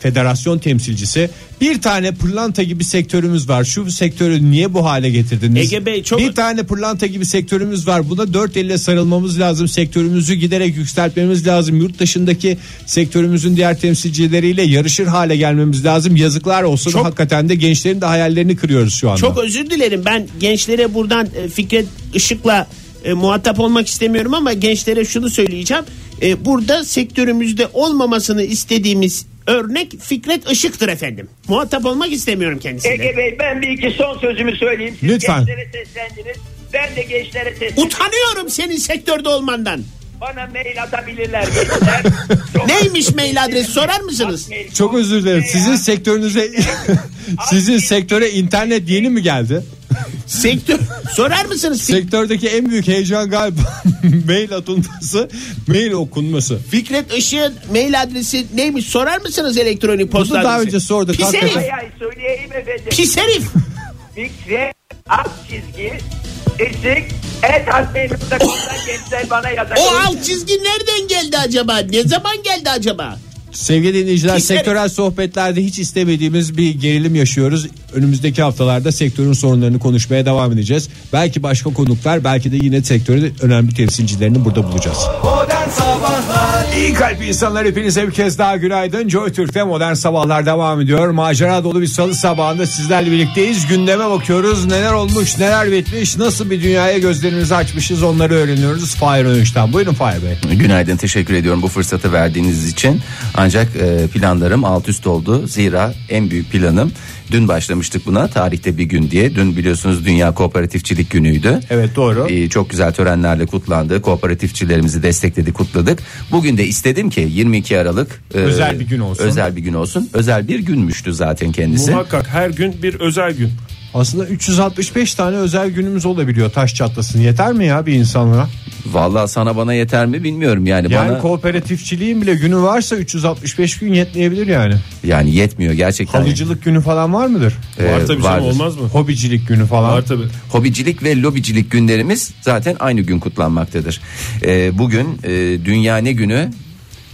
[SPEAKER 3] federasyon temsilcisi. Bir tane pırlanta gibi sektörümüz var. Şu sektörü niye bu hale getirdiniz?
[SPEAKER 5] Ege Bey, çok-
[SPEAKER 3] Bir tane pırlanta gibi sektörümüz var. Buna dört elle sarılmamız lazım. Sektörümüzü giderek yükseltmemiz lazım. Yurt dışındaki sektörümüzün diğer temsilcileriyle yarışır hale gelmemiz lazım. Yazıklar olsun.
[SPEAKER 5] Çok-
[SPEAKER 3] Hakikaten de gençlerin de hayallerini kırıyoruz şu anda.
[SPEAKER 5] Çok özür dilerim. Ben gençlere buradan e, Fikret Işık'la e, muhatap olmak istemiyorum ama gençlere şunu söyleyeceğim. E, burada sektörümüzde olmamasını istediğimiz örnek Fikret Işık'tır efendim. Muhatap olmak istemiyorum kendisine.
[SPEAKER 6] Ege Bey ben bir iki son sözümü söyleyeyim. Siz
[SPEAKER 3] Lütfen.
[SPEAKER 6] gençlere seslendiniz. Ben de gençlere seslendim.
[SPEAKER 5] Utanıyorum senin sektörde olmandan.
[SPEAKER 6] Bana mail atabilirler gençler.
[SPEAKER 5] <laughs>
[SPEAKER 6] Çok-
[SPEAKER 5] Neymiş mail adresi sorar mısınız?
[SPEAKER 6] Mail- Şey
[SPEAKER 3] Çok özür dilerim.
[SPEAKER 6] Veya-
[SPEAKER 3] Sizin sektörünüze
[SPEAKER 5] <laughs>
[SPEAKER 3] sizin sektöre internet yeni mi geldi?
[SPEAKER 5] Sektör sorar mısınız? Fik-
[SPEAKER 3] Sektördeki en büyük heyecan galiba <laughs> mail atılması, mail okunması.
[SPEAKER 5] Fikret Işık'ın mail adresi neymiş sorar mısınız elektronik posta
[SPEAKER 3] Bunu daha
[SPEAKER 5] adresi?
[SPEAKER 3] önce sorduk.
[SPEAKER 5] Pis
[SPEAKER 3] hakikaten.
[SPEAKER 5] herif.
[SPEAKER 6] Şey Ay ay söyleyeyim efendim.
[SPEAKER 5] Pis herif.
[SPEAKER 6] Fikret alt çizgi eşik et harflerinden gençler bana yazar.
[SPEAKER 5] O alt çizgi nereden geldi acaba? Ne zaman geldi acaba?
[SPEAKER 3] Sevgili dinleyiciler
[SPEAKER 5] Pis herif.
[SPEAKER 3] sektörel sohbetlerde hiç istemediğimiz bir gerilim yaşıyoruz. Önümüzdeki haftalarda sektörün sorunlarını konuşmaya devam edeceğiz. Belki başka konuklar belki de yine sektörün önemli temsilcilerini burada bulacağız. İyi kalp insanlar hepinize bir kez daha günaydın. Joy Türk'te modern sabahlar devam ediyor. Macera dolu bir salı sabahında sizlerle birlikteyiz. Gündeme bakıyoruz. Neler olmuş, neler bitmiş, nasıl bir dünyaya gözlerimizi açmışız onları öğreniyoruz. Fahir Önüş'ten. Buyurun Fahir Bey.
[SPEAKER 2] Günaydın teşekkür ediyorum bu fırsatı verdiğiniz için. Ancak e, planlarım alt üst oldu. Zira en büyük planım dün başlamıştık buna tarihte bir gün diye. Dün biliyorsunuz Dünya Kooperatifçilik Günü'ydü.
[SPEAKER 3] Evet, doğru.
[SPEAKER 2] E, çok güzel törenlerle kutlandı. Kooperatifçilerimizi destekledi kutladık. Bugün de istedim ki 22 Aralık e,
[SPEAKER 3] Özel bir gün olsun.
[SPEAKER 2] Özel bir gün olsun. Özel bir günmüştü zaten kendisi.
[SPEAKER 4] Muhakkak her gün bir özel gün.
[SPEAKER 3] Aslında 365 tane özel günümüz olabiliyor taş çatlasın. Yeter mi ya bir insanlara?
[SPEAKER 2] Vallahi sana bana yeter mi bilmiyorum yani,
[SPEAKER 3] Yani
[SPEAKER 2] bana
[SPEAKER 3] kooperatifçiliğin bile günü varsa 365 gün yetmeyebilir yani.
[SPEAKER 2] yani yetmiyor gerçekten.
[SPEAKER 3] Halıcılık günü falan var mıdır?
[SPEAKER 2] Ee,
[SPEAKER 4] Var tabii canım
[SPEAKER 2] vardır.
[SPEAKER 4] olmaz mı?
[SPEAKER 3] Hobicilik günü falan.
[SPEAKER 4] Var tabii.
[SPEAKER 2] Hobicilik ve lobicilik günlerimiz zaten aynı gün kutlanmaktadır. Ee, bugün e, Dünya ne günü?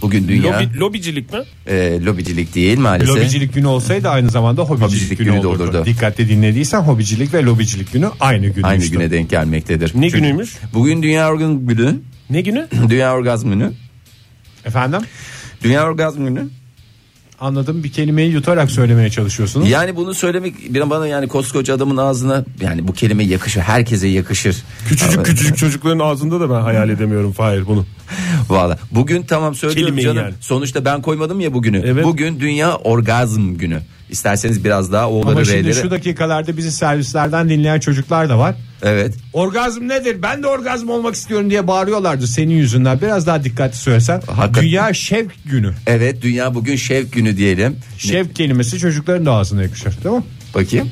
[SPEAKER 2] Bugün Dünya
[SPEAKER 4] Lobi, lobicilik mi?
[SPEAKER 2] e, lobicilik değil maalesef.
[SPEAKER 3] Lobicilik günü olsaydı aynı zamanda hobicilik,
[SPEAKER 2] Hobicilik
[SPEAKER 3] günü,
[SPEAKER 2] günü de
[SPEAKER 3] olurdu.
[SPEAKER 2] olurdu.
[SPEAKER 3] Dikkatli dinlediysen hobicilik ve lobicilik günü aynı gün.
[SPEAKER 2] Aynı güne denk gelmektedir.
[SPEAKER 4] Ne günüymüş?
[SPEAKER 2] Bugün Dünya Organ Günü,
[SPEAKER 4] Ne günü?
[SPEAKER 2] Dünya Orgazm Günü,
[SPEAKER 3] Efendim?
[SPEAKER 2] Dünya Orgazm Günü.
[SPEAKER 3] Anladım bir kelimeyi yutarak söylemeye çalışıyorsunuz.
[SPEAKER 2] Yani bunu söylemek bir bana yani koskoca adamın ağzına yani bu kelime yakışır, herkese yakışır.
[SPEAKER 4] Küçücük
[SPEAKER 2] Ama-
[SPEAKER 4] küçücük çocukların ağzında da ben hayal edemiyorum Fahir bunu.
[SPEAKER 2] Valla Ee, bugün tamam söylüyorum
[SPEAKER 4] Kelimeyi
[SPEAKER 2] canım.
[SPEAKER 4] yani.
[SPEAKER 2] Sonuçta ben koymadım ya bugünü.
[SPEAKER 4] Evet.
[SPEAKER 2] Bugün Dünya Orgazm Günü. İsterseniz biraz daha
[SPEAKER 3] Ama
[SPEAKER 2] O'ları
[SPEAKER 3] şimdi
[SPEAKER 2] R'leri.
[SPEAKER 3] şu dakikalarda bizi servislerden dinleyen çocuklar da var.
[SPEAKER 2] Evet.
[SPEAKER 3] Orgazm nedir? Ben de orgazm olmak istiyorum diye bağırıyorlardı senin yüzünden. Biraz daha dikkatli söylesen.
[SPEAKER 2] Hakikaten.
[SPEAKER 3] Dünya şevk günü.
[SPEAKER 2] Evet Dünya bugün Şevk Günü diyelim.
[SPEAKER 3] Şevk kelimesi çocukların da ağzına yakışır değil mi?
[SPEAKER 2] Bakayım.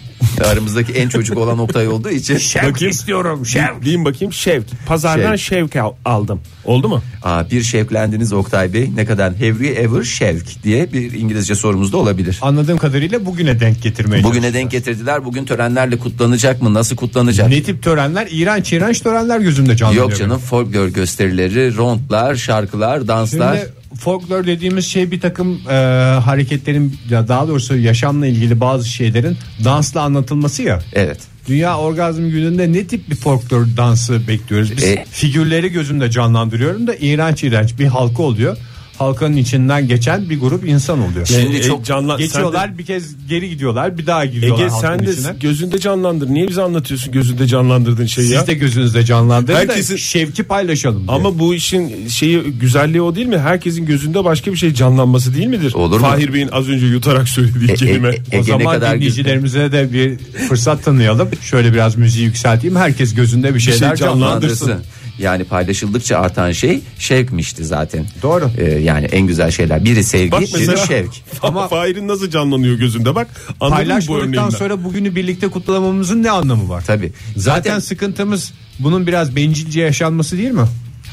[SPEAKER 2] Aramızdaki en çocuk olan Oktay olduğu için.
[SPEAKER 4] Bakayım.
[SPEAKER 3] istiyorum
[SPEAKER 4] Diyeyim bakayım şevk. Pazardan şevk, al- aldım. Oldu mu?
[SPEAKER 2] Aa, bir şevklendiniz Oktay Bey. Ne kadar have you ever şevk diye bir İngilizce sorumuz da olabilir.
[SPEAKER 3] Anladığım kadarıyla bugüne denk getirmeye
[SPEAKER 2] Bugüne denk getirdiler. Bugün törenlerle kutlanacak mı? Nasıl kutlanacak?
[SPEAKER 3] Ne tip törenler? İğrenç iğrenç törenler gözümde canlanıyor.
[SPEAKER 2] Yok canım folklor gösterileri, rondlar, şarkılar,
[SPEAKER 3] Şimdi
[SPEAKER 2] danslar.
[SPEAKER 3] folklor dediğimiz şey bir takım e, hareketlerin ya daha doğrusu yaşamla ilgili bazı şeylerin dansla anlatılması ya.
[SPEAKER 2] Evet.
[SPEAKER 3] Dünya Orgazm Günü'nde ne tip bir folklor dansı bekliyoruz? Biz
[SPEAKER 2] E-
[SPEAKER 3] figürleri gözümde canlandırıyorum da iğrenç iğrenç bir halka oluyor. Halkanın içinden geçen bir grup insan oluyor.
[SPEAKER 2] Şimdi çok
[SPEAKER 4] canlan-
[SPEAKER 3] Geçiyorlar bir kez geri gidiyorlar bir daha
[SPEAKER 4] sen de-
[SPEAKER 3] gidiyorlar
[SPEAKER 4] Ege
[SPEAKER 3] halkanın
[SPEAKER 4] sen de
[SPEAKER 3] içine.
[SPEAKER 4] gözünde canlandır. Niye bize anlatıyorsun gözünde canlandırdığın şeyi ya?
[SPEAKER 3] Siz de gözünüzde canlandırın
[SPEAKER 4] Herkesin-
[SPEAKER 3] da şevki paylaşalım diye.
[SPEAKER 4] Ama bu işin şeyi güzelliği o değil mi? Herkesin gözünde başka bir şey canlanması değil midir?
[SPEAKER 2] Olur mu?
[SPEAKER 4] Fahir Bey'in az önce yutarak söylediği
[SPEAKER 2] E, e,
[SPEAKER 4] kelime.
[SPEAKER 2] e,
[SPEAKER 3] O
[SPEAKER 2] Ege ne
[SPEAKER 3] zaman
[SPEAKER 2] kadar
[SPEAKER 3] dinleyicilerimize de bir fırsat tanıyalım. Şöyle biraz müziği yükselteyim. Herkes gözünde
[SPEAKER 4] şey
[SPEAKER 3] bir şeyler canlandırsın.
[SPEAKER 2] canlandırsın. Yani paylaşıldıkça artan şey şevkmişti zaten.
[SPEAKER 3] Doğru.
[SPEAKER 2] Ee, yani en güzel şeyler biri sevgi,
[SPEAKER 4] Bak
[SPEAKER 2] biri
[SPEAKER 4] mesela
[SPEAKER 2] şevk.
[SPEAKER 4] Ama Fahir'in nasıl canlanıyor gözünde bak. Anladın mı bu
[SPEAKER 3] Paylaşmadıktan
[SPEAKER 4] örneğinden?
[SPEAKER 3] sonra bugünü birlikte kutlamamızın ne anlamı var?
[SPEAKER 2] Tabii.
[SPEAKER 3] Zaten
[SPEAKER 2] Zaten,
[SPEAKER 3] sıkıntımız bunun biraz bencilce yaşanması değil mi?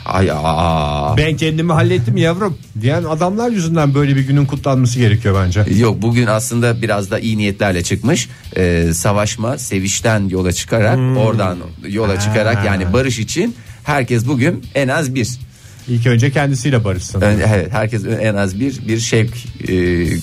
[SPEAKER 2] ay aa.
[SPEAKER 3] Ben kendimi hallettim yavrum diyen adamlar yüzünden böyle bir günün kutlanması gerekiyor bence.
[SPEAKER 2] Yok bugün aslında biraz da iyi niyetlerle çıkmış. Ee, savaşma, sevişten yola çıkarak,
[SPEAKER 4] Hmm.
[SPEAKER 2] oradan yola çıkarak yani barış için herkes bugün en az bir
[SPEAKER 3] İlk önce kendisiyle barışsın.
[SPEAKER 2] Ön- evet, herkes en az bir bir şevk e,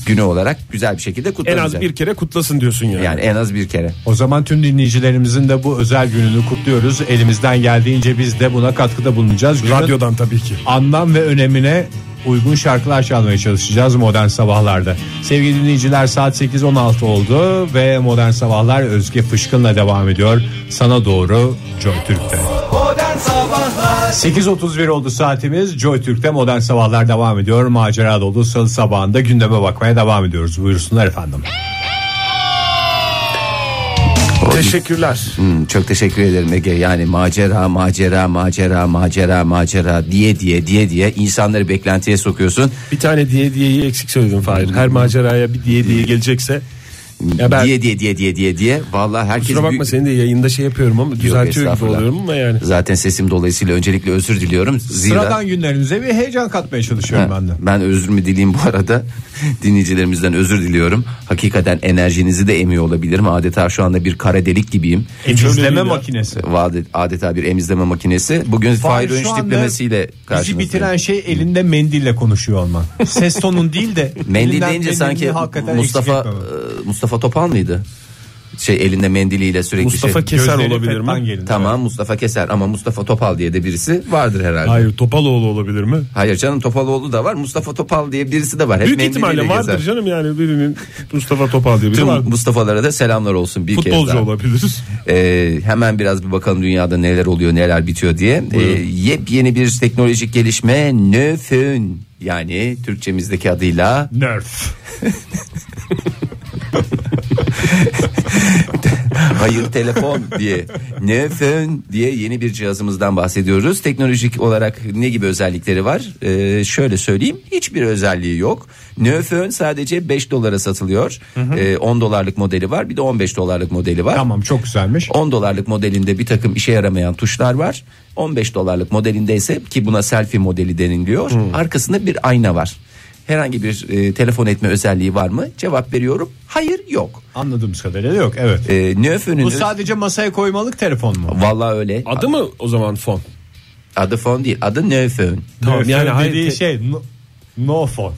[SPEAKER 2] günü olarak güzel bir şekilde
[SPEAKER 4] en
[SPEAKER 2] kutlanacak.
[SPEAKER 4] az bir kere kutlasın diyorsun yani.
[SPEAKER 2] yani en az bir kere.
[SPEAKER 3] O zaman tüm dinleyicilerimizin de bu özel gününü kutluyoruz. Elimizden geldiğince biz de buna katkıda bulunacağız. Günün
[SPEAKER 4] Radyodan tabii ki.
[SPEAKER 3] anlam ve önemine uygun şarkılar çalmaya çalışacağız modern sabahlarda. Sevgili dinleyiciler saat 8.16 oldu ve modern sabahlar Özge Fışkın'la devam ediyor. Sana doğru Joy Türk'te. 8.31 oldu saatimiz Joy Türk'te modern sabahlar devam ediyor. Macera dolu salı sabahında gündeme bakmaya devam ediyoruz. Buyursunlar efendim.
[SPEAKER 4] Teşekkürler.
[SPEAKER 2] Hmm, çok teşekkür ederim Ege. Yani macera, macera, macera, macera, macera diye diye diye diye insanları beklentiye sokuyorsun.
[SPEAKER 4] Bir tane diye diyeyi eksik söyledim Fahir. Her maceraya bir diye diye gelecekse. Ya ben
[SPEAKER 2] Diye diye diye diye diye diye. Vallahi herkes
[SPEAKER 4] kusura bakma
[SPEAKER 2] büyük-
[SPEAKER 4] seni de yayında şey yapıyorum ama düzeltiyor gibi
[SPEAKER 2] estağfurullah. şey,
[SPEAKER 4] oluyorum ama yani.
[SPEAKER 2] Zaten sesim dolayısıyla öncelikle özür diliyorum. Zira
[SPEAKER 3] Sıradan günlerimize bir heyecan katmaya çalışıyorum ben de.
[SPEAKER 2] ben özrümü dileyim bu arada. <laughs> Dinleyicilerimizden özür diliyorum. Hakikaten enerjinizi de emiyor olabilirim. Adeta şu anda bir kara delik gibiyim.
[SPEAKER 3] Emizleme makinesi.
[SPEAKER 2] Vade- adeta bir emizleme makinesi. Bugün Fahir
[SPEAKER 3] Fahir,
[SPEAKER 2] Önç
[SPEAKER 3] şu anda
[SPEAKER 2] tiplemesiyle
[SPEAKER 3] Bizi
[SPEAKER 2] karşınızdayım.
[SPEAKER 3] bitiren şey elinde mendille konuşuyor olman. Ses tonun değil de
[SPEAKER 2] <laughs> Mendil
[SPEAKER 3] elinden
[SPEAKER 2] deyince
[SPEAKER 3] mendilini
[SPEAKER 2] sanki
[SPEAKER 3] hakikaten
[SPEAKER 2] Mustafa
[SPEAKER 3] eksik etmeme.
[SPEAKER 2] e, Mustafa Topal mıydı? Şey elinde mendiliyle sürekli
[SPEAKER 4] Mustafa
[SPEAKER 2] şey.
[SPEAKER 4] Keser
[SPEAKER 3] Gözleri
[SPEAKER 4] olabilir mi?
[SPEAKER 3] fettan gelin.
[SPEAKER 2] Tamam Mustafa Keser ama Mustafa Topal diye de birisi vardır herhalde. Hayır,
[SPEAKER 4] Hayır Topaloğlu olabilir mi?
[SPEAKER 2] canım Topaloğlu da var. Mustafa Topal diye birisi de var. Hep
[SPEAKER 4] Büyük
[SPEAKER 2] mendiliyle
[SPEAKER 4] ihtimalle vardır
[SPEAKER 2] gezer.
[SPEAKER 4] canım yani birinin Mustafa Topal diye biri
[SPEAKER 2] Tüm
[SPEAKER 4] var.
[SPEAKER 2] Mustafa'lara da selamlar olsun bir kez
[SPEAKER 4] Futbolcu
[SPEAKER 2] daha.
[SPEAKER 4] olabilir.
[SPEAKER 2] Ee, hemen biraz bir bakalım dünyada neler oluyor neler bitiyor diye. Ee, yepyeni bir teknolojik gelişme nöfün yani Türkçemizdeki adıyla
[SPEAKER 3] Nerf.
[SPEAKER 2] Hayır telefon diye. Ne fön diye yeni bir cihazımızdan bahsediyoruz. Teknolojik olarak ne gibi özellikleri var? Ee, şöyle söyleyeyim. Hiçbir özelliği yok. Nöfön sadece 5 dolara satılıyor. Ee, 10 dolarlık modeli var. Bir de 15 dolarlık modeli var.
[SPEAKER 3] Tamam çok güzelmiş.
[SPEAKER 2] 10 dolarlık modelinde bir takım işe yaramayan tuşlar var. 15 dolarlık modelinde ise ki buna selfie modeli deniliyor. Arkasında bir ayna var. Herhangi bir e, telefon etme özelliği var mı? Cevap veriyorum. Hayır yok.
[SPEAKER 3] Anladığımız kadarıyla yok evet.
[SPEAKER 2] E, Nöfön'ün
[SPEAKER 3] Bu sadece masaya koymalık telefon mu?
[SPEAKER 2] Vallahi öyle.
[SPEAKER 4] Adı mı o zaman fon?
[SPEAKER 2] Adı fon değil. Adı Nöfön.
[SPEAKER 4] Tamam yani
[SPEAKER 3] Nöfön
[SPEAKER 4] hayır,
[SPEAKER 3] dediği
[SPEAKER 4] te-
[SPEAKER 3] şey no, no phone.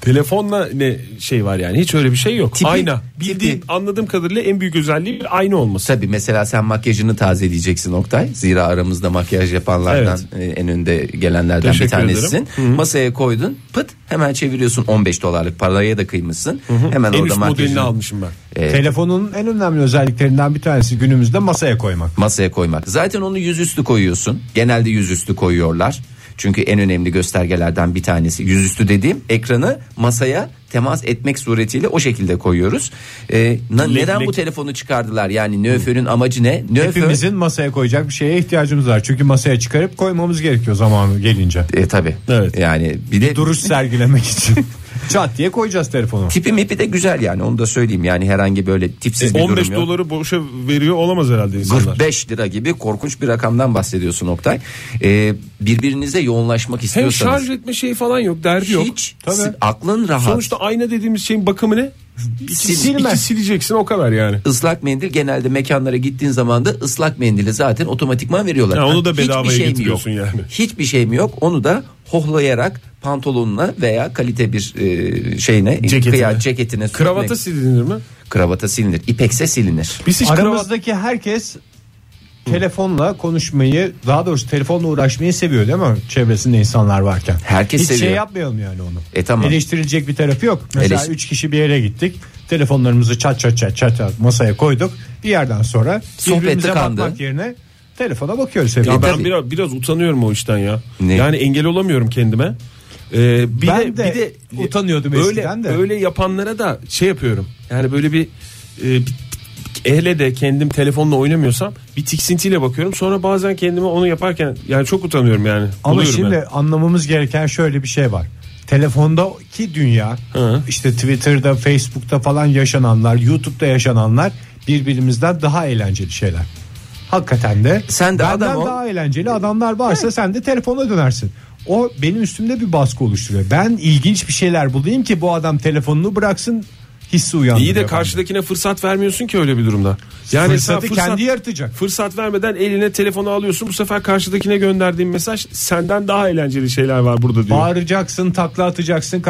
[SPEAKER 4] telefonla ne şey var yani hiç öyle bir şey yok.
[SPEAKER 2] Tipi-
[SPEAKER 4] ayna. Bildiğim
[SPEAKER 2] tipi.
[SPEAKER 4] anladığım kadarıyla en büyük özelliği bir ayna olması.
[SPEAKER 2] Tabii mesela sen makyajını tazeleyeceksin Oktay. Zira aramızda makyaj yapanlardan e, en önde gelenlerden
[SPEAKER 4] Teşekkür
[SPEAKER 2] bir tanesisin.
[SPEAKER 4] ederim.
[SPEAKER 2] Masaya koydun. Pıt hemen çeviriyorsun 15 dolarlık paraya da kıymışsın. Hemen
[SPEAKER 4] en
[SPEAKER 2] orada
[SPEAKER 4] üst modelini
[SPEAKER 2] makyajını
[SPEAKER 4] almışım ben.
[SPEAKER 3] Telefonun en önemli özelliklerinden bir tanesi günümüzde masaya koymak.
[SPEAKER 2] masaya koymak. Zaten onu yüzüstü koyuyorsun. Genelde yüzüstü koyuyorlar. Çünkü en önemli göstergelerden bir tanesi yüzüstü dediğim ekranı masaya temas etmek suretiyle o şekilde koyuyoruz. Ee, na- neden bu telefonu çıkardılar? Yani nöförün amacı ne? Nöför
[SPEAKER 3] Hepimizin masaya koyacak bir şeye ihtiyacımız var. Çünkü masaya çıkarıp koymamız gerekiyor zamanı gelince.
[SPEAKER 2] E, tabii.
[SPEAKER 3] Evet.
[SPEAKER 2] Yani bir de
[SPEAKER 3] Duruş sergilemek için. Çat diye koyacağız telefonu.
[SPEAKER 2] tipi mipi de güzel yani onu da söyleyeyim. Yani herhangi böyle tipsiz bir
[SPEAKER 4] 15
[SPEAKER 2] durum yok.
[SPEAKER 4] E, doları boşa veriyor olamaz herhalde insanlar.
[SPEAKER 2] 45 lira gibi korkunç bir rakamdan bahsediyorsun Oktay. Ee, birbirinize yoğunlaşmak
[SPEAKER 4] Hem
[SPEAKER 2] istiyorsanız.
[SPEAKER 4] şarj etme şeyi falan yok, derdi yok.
[SPEAKER 2] Hiç si- aklın rahat.
[SPEAKER 4] Sonuçta ayna dediğimiz şeyin bakımı ne? İki,
[SPEAKER 2] Silme.
[SPEAKER 4] iki sileceksin o kadar yani.
[SPEAKER 2] ıslak mendil genelde mekanlara gittiğin zaman da ıslak mendili zaten otomatikman veriyorlar.
[SPEAKER 4] Ha, onu da
[SPEAKER 2] Hiçbir
[SPEAKER 4] bedavaya
[SPEAKER 2] şeyim
[SPEAKER 4] getiriyorsun
[SPEAKER 2] yok.
[SPEAKER 4] yani.
[SPEAKER 2] Hiçbir şeyim yok. Onu da hohlayarak pantolonuna veya kalite bir e, şeyine
[SPEAKER 4] Ceketine.
[SPEAKER 2] kıya- ceketine sürtmek.
[SPEAKER 4] Kravata silinir mi?
[SPEAKER 2] kravata silinir. İpekse silinir.
[SPEAKER 4] Biz hiç kravat
[SPEAKER 3] Aramızdaki herkes telefonla konuşmayı daha doğrusu telefonla uğraşmayı seviyor değil mi? Çevresinde insanlar varken.
[SPEAKER 2] Herkes
[SPEAKER 3] Hiç
[SPEAKER 2] seviyor.
[SPEAKER 3] şey yapmayalım yani onu.
[SPEAKER 2] E, tamam.
[SPEAKER 3] Eleştirilecek bir tarafı yok. Mesela
[SPEAKER 2] Eleş-
[SPEAKER 3] 3 kişi bir yere gittik. Telefonlarımızı çat çat çat çat, çat masaya koyduk. Bir yerden sonra
[SPEAKER 2] Sohbette
[SPEAKER 3] birbirimize
[SPEAKER 2] kandı.
[SPEAKER 3] bakmak yerine telefona bakıyoruz.
[SPEAKER 4] Ya
[SPEAKER 3] hepimiz.
[SPEAKER 4] ben
[SPEAKER 2] E, tabii.
[SPEAKER 4] biraz biraz utanıyorum o işten ya.
[SPEAKER 2] Ne?
[SPEAKER 4] Yani engel olamıyorum kendime. Ee, bir
[SPEAKER 3] Ben de
[SPEAKER 4] bir de
[SPEAKER 3] utanıyordum
[SPEAKER 4] öyle,
[SPEAKER 3] eskiden de.
[SPEAKER 4] Öyle yapanlara da şey yapıyorum. Yani böyle bir, e, bir- ehle de kendim telefonla oynamıyorsam bir tiksintiyle bakıyorum. Sonra bazen kendime onu yaparken yani çok utanıyorum yani.
[SPEAKER 3] Ama
[SPEAKER 4] Oluyorum
[SPEAKER 3] şimdi
[SPEAKER 4] yani.
[SPEAKER 3] anlamamız gereken şöyle bir şey var. Telefondaki dünya
[SPEAKER 4] Hı.
[SPEAKER 3] işte Twitter'da, Facebook'ta falan yaşananlar, YouTube'da yaşananlar birbirimizden daha eğlenceli şeyler. Hakikaten de
[SPEAKER 2] Sen de
[SPEAKER 3] benden
[SPEAKER 2] adam ol.
[SPEAKER 3] daha eğlenceli adamlar varsa sen de telefona dönersin. O benim üstümde bir baskı oluşturuyor. Ben ilginç bir şeyler bulayım ki bu adam telefonunu bıraksın hissi uyandırıyor.
[SPEAKER 4] İyi de
[SPEAKER 3] bende.
[SPEAKER 4] karşıdakine fırsat vermiyorsun ki öyle bir durumda. Yani sen
[SPEAKER 3] Fırsatı
[SPEAKER 4] fırsat-
[SPEAKER 3] kendi yaratacak.
[SPEAKER 4] Fırsat vermeden eline telefonu alıyorsun. Bu sefer karşıdakine gönderdiğin mesaj senden daha eğlenceli şeyler var burada diyor.
[SPEAKER 3] Bağıracaksın, takla atacaksın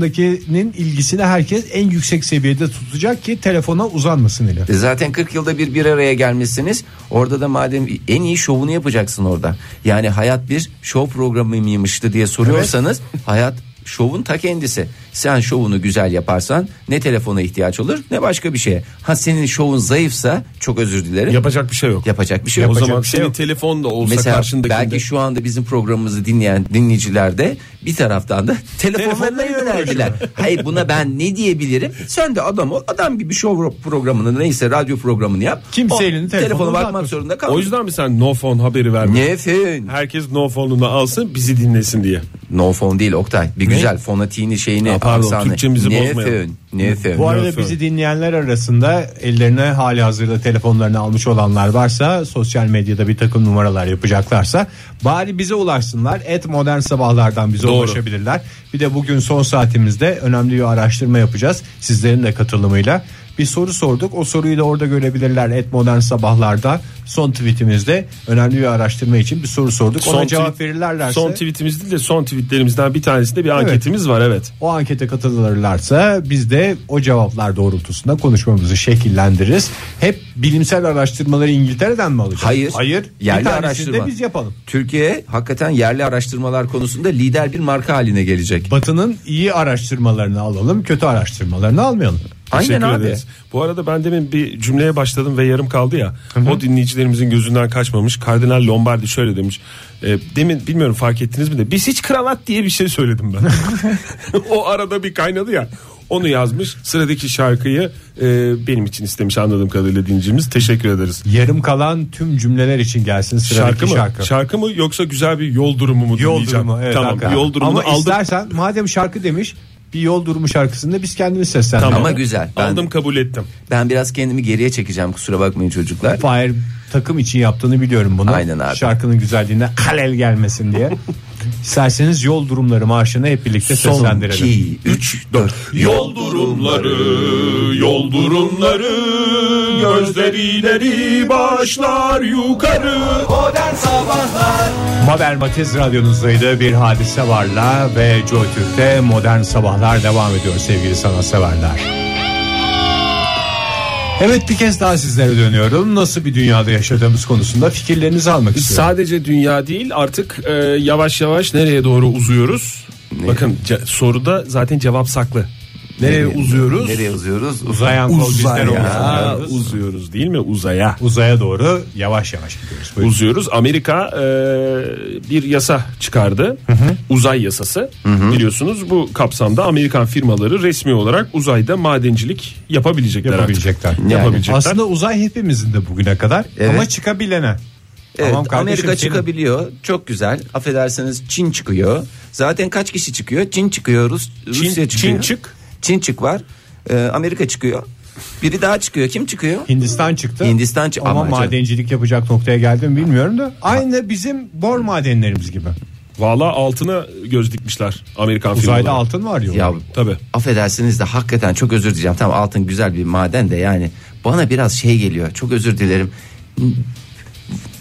[SPEAKER 3] karşısındakinin ilgisini herkes en yüksek seviyede tutacak ki telefona uzanmasın ile.
[SPEAKER 2] E Zaten 40 yılda bir bir araya gelmişsiniz. Orada da madem en iyi şovunu yapacaksın orada. Yani hayat bir şov programı mıymıştı diye soruyorsanız
[SPEAKER 3] <laughs>
[SPEAKER 2] hayat şovun ta kendisi. Sen şovunu güzel yaparsan ne telefona ihtiyaç olur ne başka bir şeye. Ha senin şovun zayıfsa çok özür dilerim.
[SPEAKER 4] Yapacak bir şey yok.
[SPEAKER 2] yapacak bir şey
[SPEAKER 4] o
[SPEAKER 2] yok.
[SPEAKER 4] zaman
[SPEAKER 3] bir şey
[SPEAKER 4] senin
[SPEAKER 3] yok.
[SPEAKER 4] telefon da olsa
[SPEAKER 2] Mesela
[SPEAKER 4] karşındakinde.
[SPEAKER 2] belki şu anda bizim programımızı dinleyen dinleyiciler de bir taraftan da <laughs> telefonlarına
[SPEAKER 3] Telefonlarıyla
[SPEAKER 2] yöneldiler. Hayır buna ben ne diyebilirim? Sen de adam ol. Adam gibi şov programını neyse radyo programını yap.
[SPEAKER 3] Kimse
[SPEAKER 2] O,
[SPEAKER 3] elini telefonuna
[SPEAKER 2] telefona bakmak
[SPEAKER 3] uzatmasın.
[SPEAKER 2] zorunda kal.
[SPEAKER 4] O yüzden mi sen no phone haberi vermiyorsun?
[SPEAKER 2] ne fön?
[SPEAKER 4] Herkes no phone'unu alsın bizi dinlesin diye.
[SPEAKER 2] No phone değil Oktay. Bir güzel fonatiğini şeyini.
[SPEAKER 4] Ha, pardon,
[SPEAKER 2] aksanı.
[SPEAKER 4] Türkçemizi
[SPEAKER 2] ne
[SPEAKER 4] bozmayalım.
[SPEAKER 2] fön? Ne fön?
[SPEAKER 3] Bu
[SPEAKER 4] Yok,
[SPEAKER 3] arada bizi dinleyenler arasında ellerine hali hazırda telefonlarını almış olanlar varsa sosyal medyada bir takım numaralar yapacaklarsa bari bize ulaşsınlar. Et modern sabahlardan bize
[SPEAKER 4] Doğru.
[SPEAKER 3] ulaşabilirler. Bir de bugün son saatimizde önemli bir araştırma yapacağız sizlerin de katılımıyla. Bir soru sorduk o soruyu da orada görebilirler et modern sabahlarda son tweetimizde önemli bir araştırma için bir soru sorduk ona cevap
[SPEAKER 4] tweet-
[SPEAKER 3] verirlerlerse
[SPEAKER 4] Son tweetimiz değil de son tweetlerimizden bir tanesinde bir anketimiz var evet.
[SPEAKER 3] O ankete katılırlarsa biz de o cevaplar doğrultusunda konuşmamızı şekillendiririz. Hep bilimsel araştırmaları İngiltere'den mi alacağız?
[SPEAKER 2] Hayır.
[SPEAKER 3] Hayır.
[SPEAKER 2] Yerli
[SPEAKER 3] bir tanesini de
[SPEAKER 2] araştırma.
[SPEAKER 3] biz yapalım.
[SPEAKER 2] Türkiye hakikaten yerli araştırmalar konusunda lider bir marka haline gelecek.
[SPEAKER 3] Batı'nın iyi araştırmalarını alalım, kötü araştırmalarını almayalım.
[SPEAKER 2] Aynen
[SPEAKER 4] Teşekkür
[SPEAKER 2] abi.
[SPEAKER 4] ederiz. Bu arada ben demin bir cümleye başladım ve yarım kaldı ya. O dinleyicilerimizin gözünden kaçmamış. Kardinal Lombardi şöyle demiş. E, demin
[SPEAKER 3] <laughs>
[SPEAKER 4] bilmiyorum <laughs> fark ettiniz mi de biz hiç kravat diye bir şey söyledim ben. o arada bir kaynadı ya. Onu yazmış. Sıradaki şarkıyı e, benim için istemiş anladığım kadarıyla dincimiz. Teşekkür ederiz.
[SPEAKER 3] Yarım kalan tüm cümleler için gelsin sıradaki
[SPEAKER 4] Şarkı
[SPEAKER 3] şarkı.
[SPEAKER 4] mı? Şarkı. mı yoksa güzel bir yol durumu mu
[SPEAKER 3] Yol
[SPEAKER 4] dinleyeceğim?
[SPEAKER 3] durumu. Evet,
[SPEAKER 4] tamam.
[SPEAKER 3] hakikaten.
[SPEAKER 4] Yol durumunu
[SPEAKER 3] Ama
[SPEAKER 4] aldım.
[SPEAKER 3] istersen madem şarkı demiş bir yol durumu şarkısında biz kendimiz seslendirelim.
[SPEAKER 2] Ama güzel. Ben,
[SPEAKER 4] Aldım kabul ettim.
[SPEAKER 2] ben biraz kendimi geriye çekeceğim kusura bakmayın çocuklar.
[SPEAKER 3] Fahir takım için yaptığını biliyorum bunu.
[SPEAKER 2] Aynen abi.
[SPEAKER 3] Şarkının güzelliğine kalel gelmesin
[SPEAKER 2] <laughs>
[SPEAKER 3] diye. İsterseniz yol durumları marşını hep birlikte
[SPEAKER 2] Son
[SPEAKER 3] seslendirelim.
[SPEAKER 2] 2, 3, 4.
[SPEAKER 4] Yol durumları, yol durumları, gözler ileri, başlar yukarı.
[SPEAKER 3] Mabel Matiz radyonuzdaydı bir hadise varla ve Joy Türk'te modern sabahlar devam ediyor sevgili sanatseverler. Evet bir kez daha sizlere dönüyorum. Nasıl bir dünyada yaşadığımız konusunda fikirlerinizi almak istiyorum.
[SPEAKER 4] Sadece dünya değil artık e, yavaş yavaş nereye doğru uzuyoruz? Bakın ce- soruda zaten cevap saklı. Nereye uzuyoruz?
[SPEAKER 2] Nereye uzuyoruz?
[SPEAKER 3] Uzayan kol bizden
[SPEAKER 2] Uzay ya.
[SPEAKER 4] Aa,
[SPEAKER 3] olsun.
[SPEAKER 4] uzuyoruz değil mi? Uzaya.
[SPEAKER 3] Uzaya doğru yavaş yavaş gidiyoruz. Buyurun.
[SPEAKER 4] uzuyoruz. Amerika e, bir yasa çıkardı. Uzay yasası. Biliyorsunuz bu kapsamda Amerikan firmaları resmi olarak uzayda madencilik yapabilecekler.
[SPEAKER 3] Yapabilecekler.
[SPEAKER 4] Artık. Yapabilecekler.
[SPEAKER 3] Aslında uzay hepimizin de bugüne kadar
[SPEAKER 2] Evet.
[SPEAKER 3] ama çıkabilene.
[SPEAKER 2] Evet,
[SPEAKER 3] Tamam kardeşim,
[SPEAKER 2] Amerika
[SPEAKER 3] senin-
[SPEAKER 2] çıkabiliyor. Çok güzel. Affedersiniz Çin çıkıyor. Zaten kaç kişi çıkıyor? Çin çıkıyor, Rus, Rusya çıkıyor.
[SPEAKER 4] Çin çık.
[SPEAKER 2] Çin çık var. Ee, Amerika çıkıyor. Biri daha çıkıyor. Kim çıkıyor?
[SPEAKER 3] Hindistan çıktı.
[SPEAKER 2] Hindistan çık-
[SPEAKER 3] ama,
[SPEAKER 2] Ama canım.
[SPEAKER 3] madencilik yapacak noktaya geldi mi bilmiyorum da aynı bizim bor madenlerimiz gibi.
[SPEAKER 4] Valla altına göz dikmişler Amerikan
[SPEAKER 3] Uzayda
[SPEAKER 4] firmaları.
[SPEAKER 3] altın var yok.
[SPEAKER 2] Ya
[SPEAKER 4] Tabii.
[SPEAKER 2] affedersiniz de hakikaten çok özür dileyeceğim. Tamam altın güzel bir maden de yani bana biraz şey geliyor. Çok özür dilerim.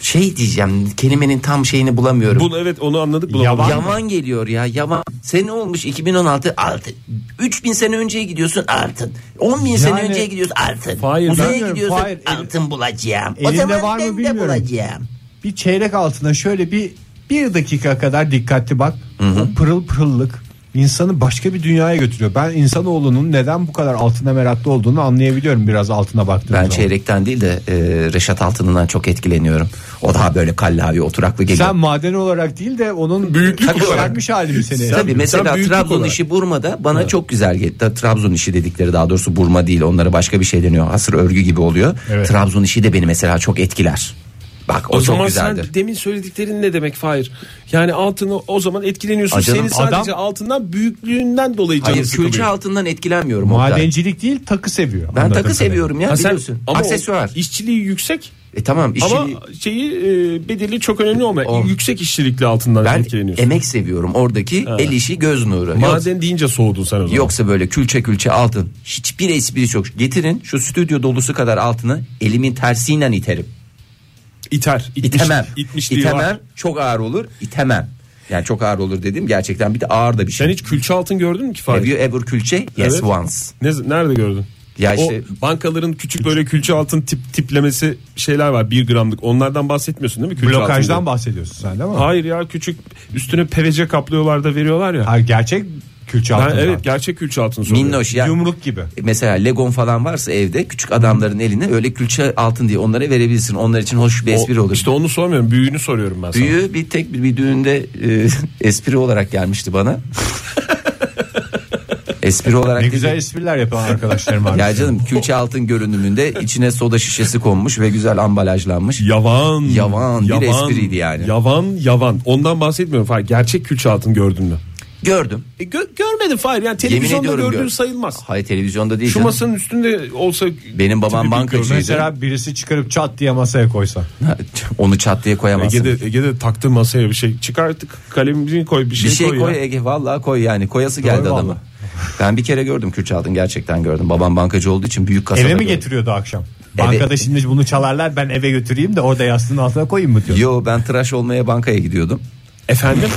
[SPEAKER 2] Şey diyeceğim kelimenin tam şeyini bulamıyorum.
[SPEAKER 4] Bunu evet onu anladık.
[SPEAKER 3] Yavan-
[SPEAKER 4] Bulamadık.
[SPEAKER 2] yaman geliyor ya yaman. Sen olmuş 2016 altın. 3000 sene önceye gidiyorsun altın. 10 bin sene
[SPEAKER 3] Yani-
[SPEAKER 2] önceye gidiyorsun altın.
[SPEAKER 3] Hayır,
[SPEAKER 2] Uzaya
[SPEAKER 3] bilmiyorum,
[SPEAKER 2] gidiyorsun
[SPEAKER 3] hayır, el-
[SPEAKER 2] altın bulacağım. O
[SPEAKER 3] Elinde
[SPEAKER 2] zaman
[SPEAKER 3] var mı
[SPEAKER 2] ben de
[SPEAKER 3] bilmiyorum.
[SPEAKER 2] bulacağım.
[SPEAKER 3] Bir çeyrek altına şöyle bir bir dakika kadar dikkatli bak. O pırıl pırıllık insanı başka bir dünyaya götürüyor. Ben insanoğlunun neden bu kadar altına meraklı olduğunu anlayabiliyorum biraz altına baktığım
[SPEAKER 2] Ben
[SPEAKER 3] zaman.
[SPEAKER 2] çeyrekten değil de e, Reşat Altın'dan çok etkileniyorum. O daha böyle kallavi oturaklı geliyor.
[SPEAKER 3] Sen maden olarak değil de onun
[SPEAKER 4] Büyüklük
[SPEAKER 3] tabii
[SPEAKER 4] olarak.
[SPEAKER 3] vermiş hali mi seni?
[SPEAKER 2] Tabii mesela
[SPEAKER 4] büyüklük
[SPEAKER 2] Trabzon
[SPEAKER 4] olarak.
[SPEAKER 2] işi Burma'da bana çok güzel geldi. Ta- Trabzon işi dedikleri daha doğrusu Burma değil. Onlara başka bir şey deniyor. Hasır örgü gibi oluyor.
[SPEAKER 3] Evet.
[SPEAKER 2] Trabzon işi de beni mesela çok etkiler. Bak o,
[SPEAKER 4] O,
[SPEAKER 2] çok
[SPEAKER 4] zaman
[SPEAKER 2] güzeldir.
[SPEAKER 4] sen demin söylediklerin ne demek Fahir? Yani altını o zaman etkileniyorsun.
[SPEAKER 2] Aa, canım,
[SPEAKER 4] Senin sadece altından büyüklüğünden dolayı canın
[SPEAKER 2] Hayır
[SPEAKER 4] sıkılıyor.
[SPEAKER 2] külçe altından etkilenmiyorum. Oktay.
[SPEAKER 3] Madencilik değil takı seviyor.
[SPEAKER 2] Ben
[SPEAKER 3] Anladın
[SPEAKER 2] takı
[SPEAKER 3] tabii.
[SPEAKER 2] seviyorum ya
[SPEAKER 4] Ha, sen-
[SPEAKER 2] biliyorsun.
[SPEAKER 4] ama o
[SPEAKER 2] Aksesuar.
[SPEAKER 4] işçiliği yüksek
[SPEAKER 2] E tamam işi
[SPEAKER 4] ama şey şeyi e, bedeli çok önemli olmayan
[SPEAKER 2] O.
[SPEAKER 4] yüksek işçilikli altından
[SPEAKER 2] Oh. ben
[SPEAKER 4] etkileniyorsun.
[SPEAKER 2] emek seviyorum. Oradaki el işi göz nuru. Yoksa-
[SPEAKER 4] Maden deyince soğudun sen o zaman.
[SPEAKER 2] Yoksa böyle külçe külçe altın. Hiçbir espri yok. Getirin şu stüdyo dolusu kadar altını elimin tersiyle iterim.
[SPEAKER 4] İter. itmiş-
[SPEAKER 2] İtemem.
[SPEAKER 4] itmişliği
[SPEAKER 2] İtemem.
[SPEAKER 4] var.
[SPEAKER 2] Çok ağır olur. İtemem. Yani çok ağır olur dedim. Gerçekten bir de ağır da bir
[SPEAKER 4] Sen
[SPEAKER 2] şey.
[SPEAKER 4] hiç külçe altın gördün mü ki Fahir?
[SPEAKER 2] Have you ever külçe? Yes
[SPEAKER 4] Evet.
[SPEAKER 2] once.
[SPEAKER 4] Ne, nerede gördün?
[SPEAKER 2] Ya işte-
[SPEAKER 4] o bankaların küçük böyle külçe altın tip tiplemesi şeyler var 1 gramlık. Onlardan bahsetmiyorsun değil mi? Külçe altın
[SPEAKER 3] Blokajdan
[SPEAKER 4] diye.
[SPEAKER 3] bahsediyorsun sen değil mi?
[SPEAKER 4] Hayır ya küçük üstüne PVC kaplıyorlar da veriyorlar ya.
[SPEAKER 3] Hayır, gerçek külçe
[SPEAKER 4] Ben,
[SPEAKER 3] altından.
[SPEAKER 4] evet gerçek külçe altın soruyorum.
[SPEAKER 2] Minnoş ya.
[SPEAKER 3] Yumruk gibi.
[SPEAKER 2] Mesela Legon falan varsa evde küçük adamların eline öyle külçe altın diye onlara verebilirsin. Onlar için hoş bir espri
[SPEAKER 4] O-
[SPEAKER 2] olur.
[SPEAKER 4] İşte onu sormuyorum. Büyüğünü soruyorum ben sana.
[SPEAKER 2] Büyü bir tek bir, bir düğünde e, <laughs> espri olarak gelmişti bana. <laughs> espri olarak
[SPEAKER 3] Ne
[SPEAKER 2] değil de-
[SPEAKER 3] güzel espriler yapan arkadaşlarım var.
[SPEAKER 2] <laughs> Ya canım külçe altın görünümünde içine soda şişesi konmuş ve güzel ambalajlanmış.
[SPEAKER 4] Yavan.
[SPEAKER 2] Yavan, bir espriydi yani.
[SPEAKER 4] Yavan yavan. Ondan bahsetmiyorum Fahir. Gerçek külçe altın gördün mü?
[SPEAKER 2] Gördüm.
[SPEAKER 4] E, gö- görmedim Fahir. Yani televizyonda
[SPEAKER 2] ediyorum
[SPEAKER 4] gördüğün
[SPEAKER 2] gör-
[SPEAKER 4] sayılmaz.
[SPEAKER 2] Hayır televizyonda değil
[SPEAKER 4] Şu
[SPEAKER 2] canım.
[SPEAKER 4] masanın üstünde olsa
[SPEAKER 2] Benim babam
[SPEAKER 4] Tabii
[SPEAKER 2] bankacıydı.
[SPEAKER 3] Mesela birisi çıkarıp çat diye masaya koysa.
[SPEAKER 2] Onu çat diye koyamazsın.
[SPEAKER 4] Ege'de, Ege'de taktı masaya bir şey. Çıkarttık kalemini koy bir şey,
[SPEAKER 2] bir şey koy,
[SPEAKER 4] koy, ya.
[SPEAKER 2] Ege vallahi koy yani koyası geldi
[SPEAKER 3] Koy
[SPEAKER 2] adamı.
[SPEAKER 3] vallahi.
[SPEAKER 2] Ben bir kere gördüm külçe altın gerçekten gördüm. Babam bankacı olduğu için büyük kasada
[SPEAKER 3] Eve mi
[SPEAKER 2] gördüm.
[SPEAKER 3] getiriyordu akşam? Bankada şimdi bunu çalarlar ben eve götüreyim de orada yastığın altına koyayım mı diyor.
[SPEAKER 2] Yo ben tıraş olmaya bankaya gidiyordum.
[SPEAKER 4] Efendim?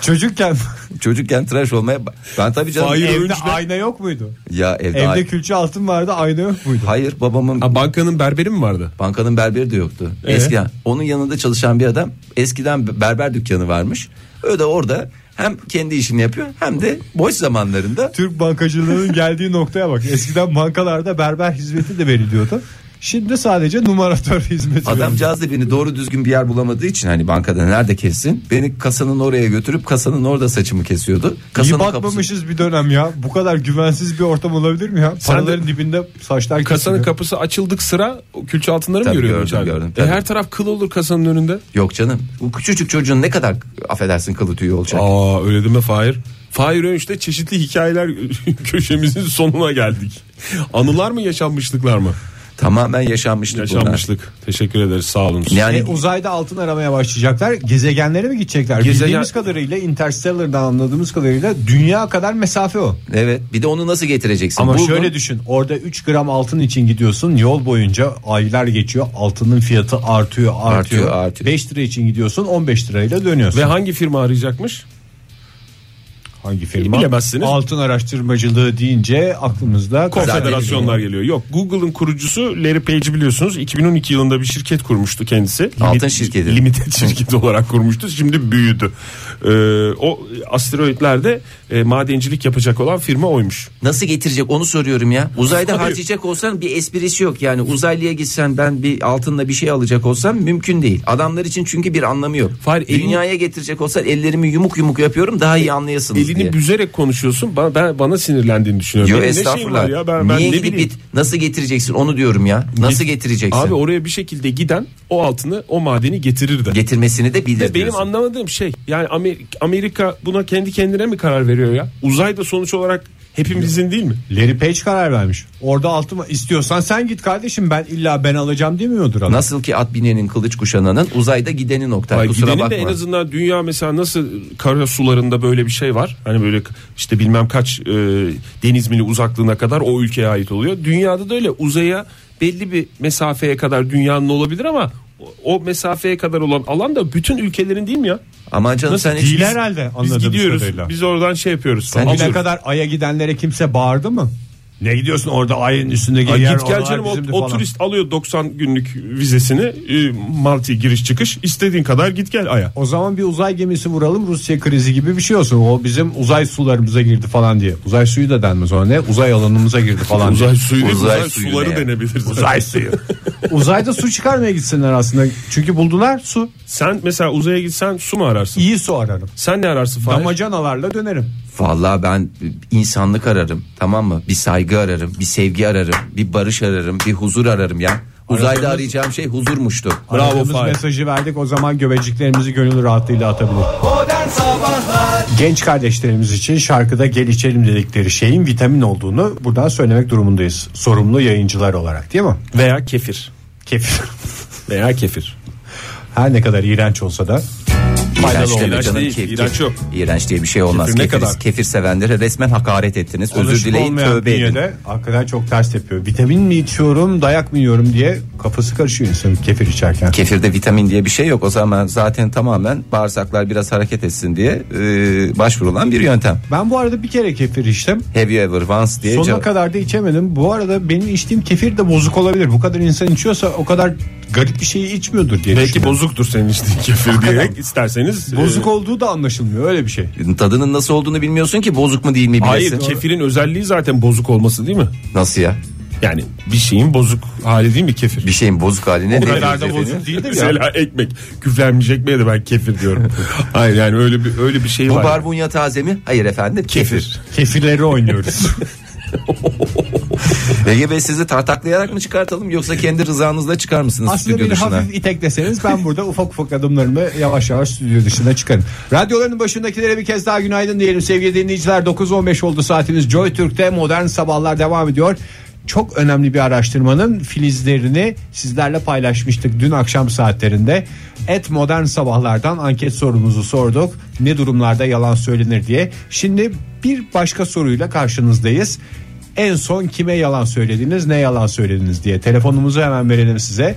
[SPEAKER 3] Çocukken
[SPEAKER 2] Çocukken tıraş olmaya ben
[SPEAKER 3] <laughs>
[SPEAKER 2] tabii canım
[SPEAKER 4] Hayır,
[SPEAKER 3] evde
[SPEAKER 4] önceden-
[SPEAKER 3] ayna yok muydu?
[SPEAKER 2] ya evde,
[SPEAKER 3] Evde külçe altın vardı ayna yok muydu?
[SPEAKER 2] hayır babamın
[SPEAKER 4] Ha, bankanın berberi mi vardı?
[SPEAKER 2] Bankanın berberi de yoktu.
[SPEAKER 3] Ee?
[SPEAKER 2] Eskiden onun yanında çalışan bir adam eskiden berber dükkanı varmış. Öyle de orada hem kendi işini yapıyor hem de boş zamanlarında
[SPEAKER 3] Türk bankacılığının geldiği noktaya bak. Eskiden bankalarda berber hizmeti de veriliyordu. Şimdi sadece numaratör hizmeti veriyor.
[SPEAKER 2] Adamcağız da beni doğru düzgün bir yer bulamadığı için hani bankada nerede kessin? Beni kasanın oraya götürüp kasanın orada saçımı kesiyordu. Kasanın
[SPEAKER 3] İyi bakmamışız bir dönem ya. Bu kadar güvensiz bir ortam olabilir mi ya?
[SPEAKER 4] Sen de-
[SPEAKER 3] Paraların dibinde saçlar
[SPEAKER 4] Kasanın
[SPEAKER 3] kesiliyor.
[SPEAKER 4] kapısı açıldık sıra o külçe altınları mı
[SPEAKER 2] Tabii
[SPEAKER 4] görüyorum
[SPEAKER 2] gördüm,
[SPEAKER 4] içeride?
[SPEAKER 2] gördüm,
[SPEAKER 4] E
[SPEAKER 2] tabii.
[SPEAKER 4] her taraf kıl olur kasanın önünde.
[SPEAKER 2] Yok canım. Bu küçücük çocuğun ne kadar affedersin kılı tüyü olacak.
[SPEAKER 4] Aa öyle deme Fahir. Fahir Önç'te çeşitli hikayeler <laughs> köşemizin sonuna geldik. Anılar mı yaşanmışlıklar mı?
[SPEAKER 2] Tamamen yaşanmışlık,
[SPEAKER 4] Yaşanmışlık. Teşekkür ederiz sağ olun.
[SPEAKER 2] bunlar. Yani
[SPEAKER 3] E, uzayda altın aramaya başlayacaklar. Gezegenlere mi gidecekler?
[SPEAKER 4] Gezegen-
[SPEAKER 3] Bildiğimiz kadarıyla Interstellar'dan anladığımız kadarıyla dünya kadar mesafe o.
[SPEAKER 4] E,
[SPEAKER 2] evet. Bir de onu nasıl getireceksin?
[SPEAKER 3] Ama
[SPEAKER 2] Buldun.
[SPEAKER 3] şöyle düşün. Orada 3 gram altın için gidiyorsun. Yol boyunca aylar geçiyor. Altının fiyatı artıyor, artıyor.
[SPEAKER 2] Artıyor, artıyor.
[SPEAKER 3] 5 lira için gidiyorsun. 15 lirayla dönüyorsun.
[SPEAKER 4] Ve hangi firma arayacakmış?
[SPEAKER 3] hangi firma?
[SPEAKER 4] Bilemezsiniz.
[SPEAKER 3] Altın araştırmacılığı deyince aklımızda
[SPEAKER 4] Konfederasyonlar geliyor. Yok Google'ın kurucusu Larry Page biliyorsunuz 2012 yılında bir şirket kurmuştu kendisi.
[SPEAKER 2] Altın şirketi.
[SPEAKER 4] Limited şirketi olarak kurmuştu. Şimdi büyüdü. Ee, o asteroidlerde e, madencilik yapacak olan firma oymuş.
[SPEAKER 2] Nasıl getirecek onu soruyorum ya. Uzayda
[SPEAKER 4] Abi-
[SPEAKER 2] harcayacak olsan bir esprisi yok. Yani uzaylıya gitsen ben bir altınla bir şey alacak olsam mümkün değil. Adamlar için çünkü bir anlamı yok.
[SPEAKER 4] Fahir, elini-
[SPEAKER 2] Dünyaya getirecek olsan ellerimi yumuk yumuk yapıyorum daha iyi anlayasınız
[SPEAKER 4] Elini
[SPEAKER 2] diye.
[SPEAKER 4] büzerek konuşuyorsun. Bana, ben bana sinirlendiğini düşünüyorum.
[SPEAKER 2] Yo
[SPEAKER 4] Benim ne şeyim
[SPEAKER 2] estağfurullah.
[SPEAKER 4] var ya? Ben, ben
[SPEAKER 2] Niye
[SPEAKER 4] ne
[SPEAKER 2] gidip
[SPEAKER 4] bileyim.
[SPEAKER 2] git- nasıl getireceksin onu diyorum ya. Nasıl getireceksin?
[SPEAKER 4] Abi oraya bir şekilde giden o altını o madeni getirir de.
[SPEAKER 2] Getirmesini de bilir
[SPEAKER 4] Ve benim
[SPEAKER 2] diyorsun.
[SPEAKER 4] anlamadığım şey yani Amer- Amerika buna kendi kendine mi karar veriyor ya? Uzay da sonuç olarak hepimizin değil mi?
[SPEAKER 3] Larry Page karar vermiş. Orada altın var. istiyorsan sen git kardeşim ben illa ben alacağım demiyordur adam.
[SPEAKER 2] Nasıl ki at binenin kılıç kuşananın uzayda gideni nokta.
[SPEAKER 4] Ay,
[SPEAKER 2] Kusura
[SPEAKER 4] gidenin
[SPEAKER 2] bakma.
[SPEAKER 4] de en azından dünya mesela nasıl kara sularında böyle bir şey var. Hani böyle işte bilmem kaç e, deniz mili uzaklığına kadar o ülkeye ait oluyor. Dünyada da öyle uzaya belli bir mesafeye kadar dünyanın olabilir ama o- o mesafeye kadar olan alan da bütün ülkelerin değil mi ya?
[SPEAKER 2] Aman canım
[SPEAKER 4] Nasıl
[SPEAKER 2] sen hiç
[SPEAKER 3] değil herhalde
[SPEAKER 4] Biz
[SPEAKER 3] anladığımız
[SPEAKER 4] gidiyoruz.
[SPEAKER 3] kadarıyla.
[SPEAKER 4] Biz oradan şey yapıyoruz.
[SPEAKER 2] Sen
[SPEAKER 4] Alıyoruz.
[SPEAKER 3] Bugüne kadar Ay'a gidenlere kimse bağırdı mı? Ne gidiyorsun orada ayın üstündeki
[SPEAKER 4] Ay
[SPEAKER 3] yer
[SPEAKER 4] git gel
[SPEAKER 3] oralar
[SPEAKER 4] canım o,
[SPEAKER 3] bizimdi
[SPEAKER 4] o
[SPEAKER 3] falan.
[SPEAKER 4] turist alıyor 90 günlük vizesini e, Malta'ya giriş çıkış istediğin kadar git gel aya.
[SPEAKER 3] O zaman bir uzay gemisi vuralım Rusya krizi gibi bir şey olsun. O bizim uzay sularımıza girdi falan diye. Uzay suyu da denmez ona ne? Uzay alanımıza girdi falan diye.
[SPEAKER 4] <laughs> Uzay suyu değil,
[SPEAKER 2] Uzay
[SPEAKER 4] uzay
[SPEAKER 2] suyu
[SPEAKER 4] suları
[SPEAKER 2] ne ya?
[SPEAKER 4] denebilir. zaten.
[SPEAKER 3] Uzay suyu. Uzayda su çıkarmaya gitsinler aslında. Çünkü buldular su.
[SPEAKER 4] <laughs> Sen mesela uzaya gitsen su mu ararsın?
[SPEAKER 3] İyi su ararım.
[SPEAKER 4] Sen ne ararsın Fahir?
[SPEAKER 3] Damacanalarla dönerim.
[SPEAKER 2] Vallahi ben insanlık ararım tamam mı? Bir saygı ararım, bir sevgi ararım, bir barış ararım, bir huzur ararım ya. Uzayda arayacağım şey huzurmuştu.
[SPEAKER 4] Bravo
[SPEAKER 3] Aradığımız
[SPEAKER 4] Fahir.
[SPEAKER 3] mesajı verdik o zaman göbeciklerimizi gönül rahatlığıyla atabilir. Genç kardeşlerimiz için şarkıda gel içelim dedikleri şeyin vitamin olduğunu buradan söylemek durumundayız. Sorumlu yayıncılar olarak değil mi?
[SPEAKER 4] Veya kefir.
[SPEAKER 3] Kefir.
[SPEAKER 4] Veya kefir.
[SPEAKER 3] <laughs> Her ne kadar iğrenç olsa da
[SPEAKER 2] İğrenç deme
[SPEAKER 4] İğrenç
[SPEAKER 2] canım,
[SPEAKER 4] değil,
[SPEAKER 2] kef-
[SPEAKER 4] iğrenç yok.
[SPEAKER 2] İğrenç diye bir şey olmaz.
[SPEAKER 4] Kefir ne
[SPEAKER 2] Kefir,
[SPEAKER 4] kadar?
[SPEAKER 2] kefir sevenlere resmen hakaret ettiniz. Özür
[SPEAKER 3] alışık
[SPEAKER 2] dileyin,
[SPEAKER 3] olmayan
[SPEAKER 2] tövbe edin.
[SPEAKER 3] bünyede hakikaten çok ters yapıyor. Vitamin mi içiyorum dayak mı yiyorum diye kafası karışıyor insanın kefir içerken.
[SPEAKER 2] Kefirde vitamin diye bir şey yok. O zaman zaten tamamen bağırsaklar biraz hareket etsin diye e, başvurulan bir yöntem.
[SPEAKER 3] Ben bu arada bir kere kefir içtim.
[SPEAKER 2] Have you ever once diye
[SPEAKER 3] Sonuna
[SPEAKER 2] cevap-
[SPEAKER 3] kadar da içemedim. Bu arada benim içtiğim kefir de bozuk olabilir. Bu kadar insan içiyorsa o kadar garip bir şeyi içmiyordur diye
[SPEAKER 4] Belki
[SPEAKER 3] düşünüyorum.
[SPEAKER 4] bozuktur senin içtiğin kefir diyerek isterseniz.
[SPEAKER 3] Bozuk
[SPEAKER 4] e,
[SPEAKER 3] olduğu da anlaşılmıyor öyle bir şey.
[SPEAKER 2] Tadının nasıl olduğunu bilmiyorsun ki bozuk mu değil mi bilesin.
[SPEAKER 4] Hayır kefirin özelliği zaten bozuk olması değil mi?
[SPEAKER 2] Nasıl ya?
[SPEAKER 4] Yani bir şeyin bozuk hali değil mi kefir?
[SPEAKER 2] Bir şeyin bozuk haline
[SPEAKER 4] O
[SPEAKER 2] ne
[SPEAKER 4] kadar da
[SPEAKER 2] deriz efendim?
[SPEAKER 4] bozuk değildir ya. Mesela ekmek küflenmiş ekmeğe de ben kefir <laughs> diyorum. Hayır yani öyle bir öyle bir şey
[SPEAKER 2] Bu
[SPEAKER 4] var.
[SPEAKER 2] barbunya taze mi? Hayır efendim kefir.
[SPEAKER 3] Kefirleri oynuyoruz.
[SPEAKER 2] <laughs> Ege Bey sizi tartaklayarak mı çıkartalım yoksa kendi rızanızla çıkar mısınız
[SPEAKER 3] <laughs> Aslında
[SPEAKER 2] stüdyo
[SPEAKER 3] beni
[SPEAKER 2] dışına?
[SPEAKER 3] hafif itekleseniz ben burada ufak ufak adımlarımı yavaş yavaş stüdyo dışına çıkarım. Radyoların başındakilere bir kez daha günaydın diyelim sevgili dinleyiciler. 9.15 oldu saatimiz Joy Türk'te modern sabahlar devam ediyor. Çok önemli bir araştırmanın filizlerini sizlerle paylaşmıştık dün akşam saatlerinde. Et modern sabahlardan anket sorumuzu sorduk. Ne durumlarda yalan söylenir diye. Şimdi bir başka soruyla karşınızdayız. En son kime yalan söylediniz, ne yalan söylediniz diye. Telefonumuzu hemen verelim size.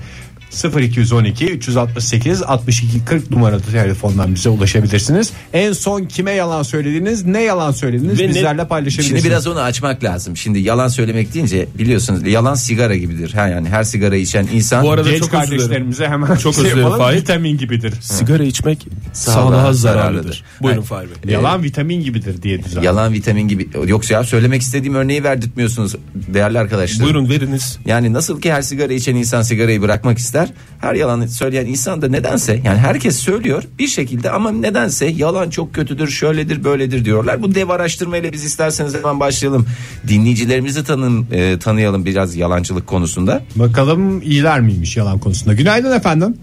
[SPEAKER 3] 0212 368 62 40 numaralı telefondan bize ulaşabilirsiniz. En son kime yalan söylediniz, ne yalan söylediniz
[SPEAKER 4] Ve ne-
[SPEAKER 3] bizlerle paylaşabilirsiniz.
[SPEAKER 2] Şimdi biraz onu açmak lazım. Şimdi yalan söylemek deyince biliyorsunuz yalan sigara gibidir. Ha yani her sigara içen insan
[SPEAKER 4] Bu arada
[SPEAKER 3] genç
[SPEAKER 4] çok özür dilerim.
[SPEAKER 3] kardeşlerimize hemen
[SPEAKER 4] Çok
[SPEAKER 3] şey
[SPEAKER 4] özür dilerim
[SPEAKER 3] yapalım.
[SPEAKER 4] Fahir.
[SPEAKER 3] Vitamin gibidir.
[SPEAKER 4] Sigara içmek
[SPEAKER 2] Sağlığa
[SPEAKER 4] sağlığa
[SPEAKER 2] zararlıdır.
[SPEAKER 4] zararlıdır. Buyurun
[SPEAKER 2] Evet.
[SPEAKER 4] Fahir Bey.
[SPEAKER 3] Yalan vitamin gibidir diye düzen.
[SPEAKER 2] yalan vitamin gibi. Yoksa ya söylemek istediğim örneği verdirtmiyorsunuz değerli arkadaşlar.
[SPEAKER 4] Buyurun veriniz.
[SPEAKER 2] Yani nasıl ki her sigara içen insan sigarayı bırakmak ister. Her yalan söyleyen insan da nedense yani herkes söylüyor bir şekilde ama nedense yalan çok kötüdür, şöyledir, böyledir diyorlar. Bu dev araştırmayla biz isterseniz hemen başlayalım. Dinleyicilerimizi tanın, e, tanıyalım biraz yalancılık konusunda.
[SPEAKER 3] Bakalım iyiler miymiş yalan konusunda. Günaydın efendim.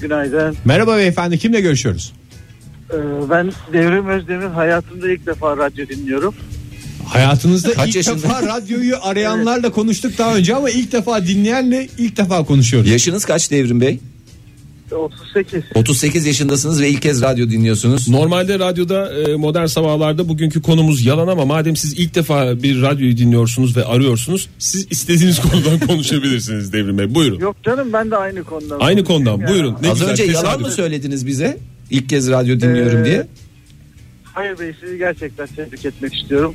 [SPEAKER 7] Günaydın.
[SPEAKER 3] Merhaba beyefendi kimle görüşüyoruz?
[SPEAKER 7] Ee, Ben Devrim Özdemir hayatımda ilk defa radyo dinliyorum.
[SPEAKER 3] Hayatınızda
[SPEAKER 2] Kaç
[SPEAKER 3] ilk
[SPEAKER 2] yaşında?
[SPEAKER 3] defa <laughs> radyoyu arayanlarla konuştuk daha önce ama ilk defa dinleyenle ilk defa konuşuyoruz.
[SPEAKER 2] Yaşınız kaç Devrim Bey?
[SPEAKER 7] Ee, 38.
[SPEAKER 2] 38 yaşındasınız ve ilk kez radyo dinliyorsunuz.
[SPEAKER 4] Normalde radyoda e, modern sabahlarda bugünkü konumuz yalan ama madem siz ilk defa bir radyoyu dinliyorsunuz ve arıyorsunuz siz istediğiniz <laughs> konudan konuşabilirsiniz Devrim Bey. Buyurun.
[SPEAKER 7] Yok canım ben de aynı konuda.
[SPEAKER 4] Aynı konudan buyurun. Ne
[SPEAKER 2] Az
[SPEAKER 4] güzel,
[SPEAKER 2] önce yalan
[SPEAKER 4] tesadüf.
[SPEAKER 2] mı söylediniz bize? İlk kez radyo dinliyorum
[SPEAKER 7] Ee,
[SPEAKER 2] diye.
[SPEAKER 7] Hayır Bey sizi gerçekten tebrik etmek istiyorum.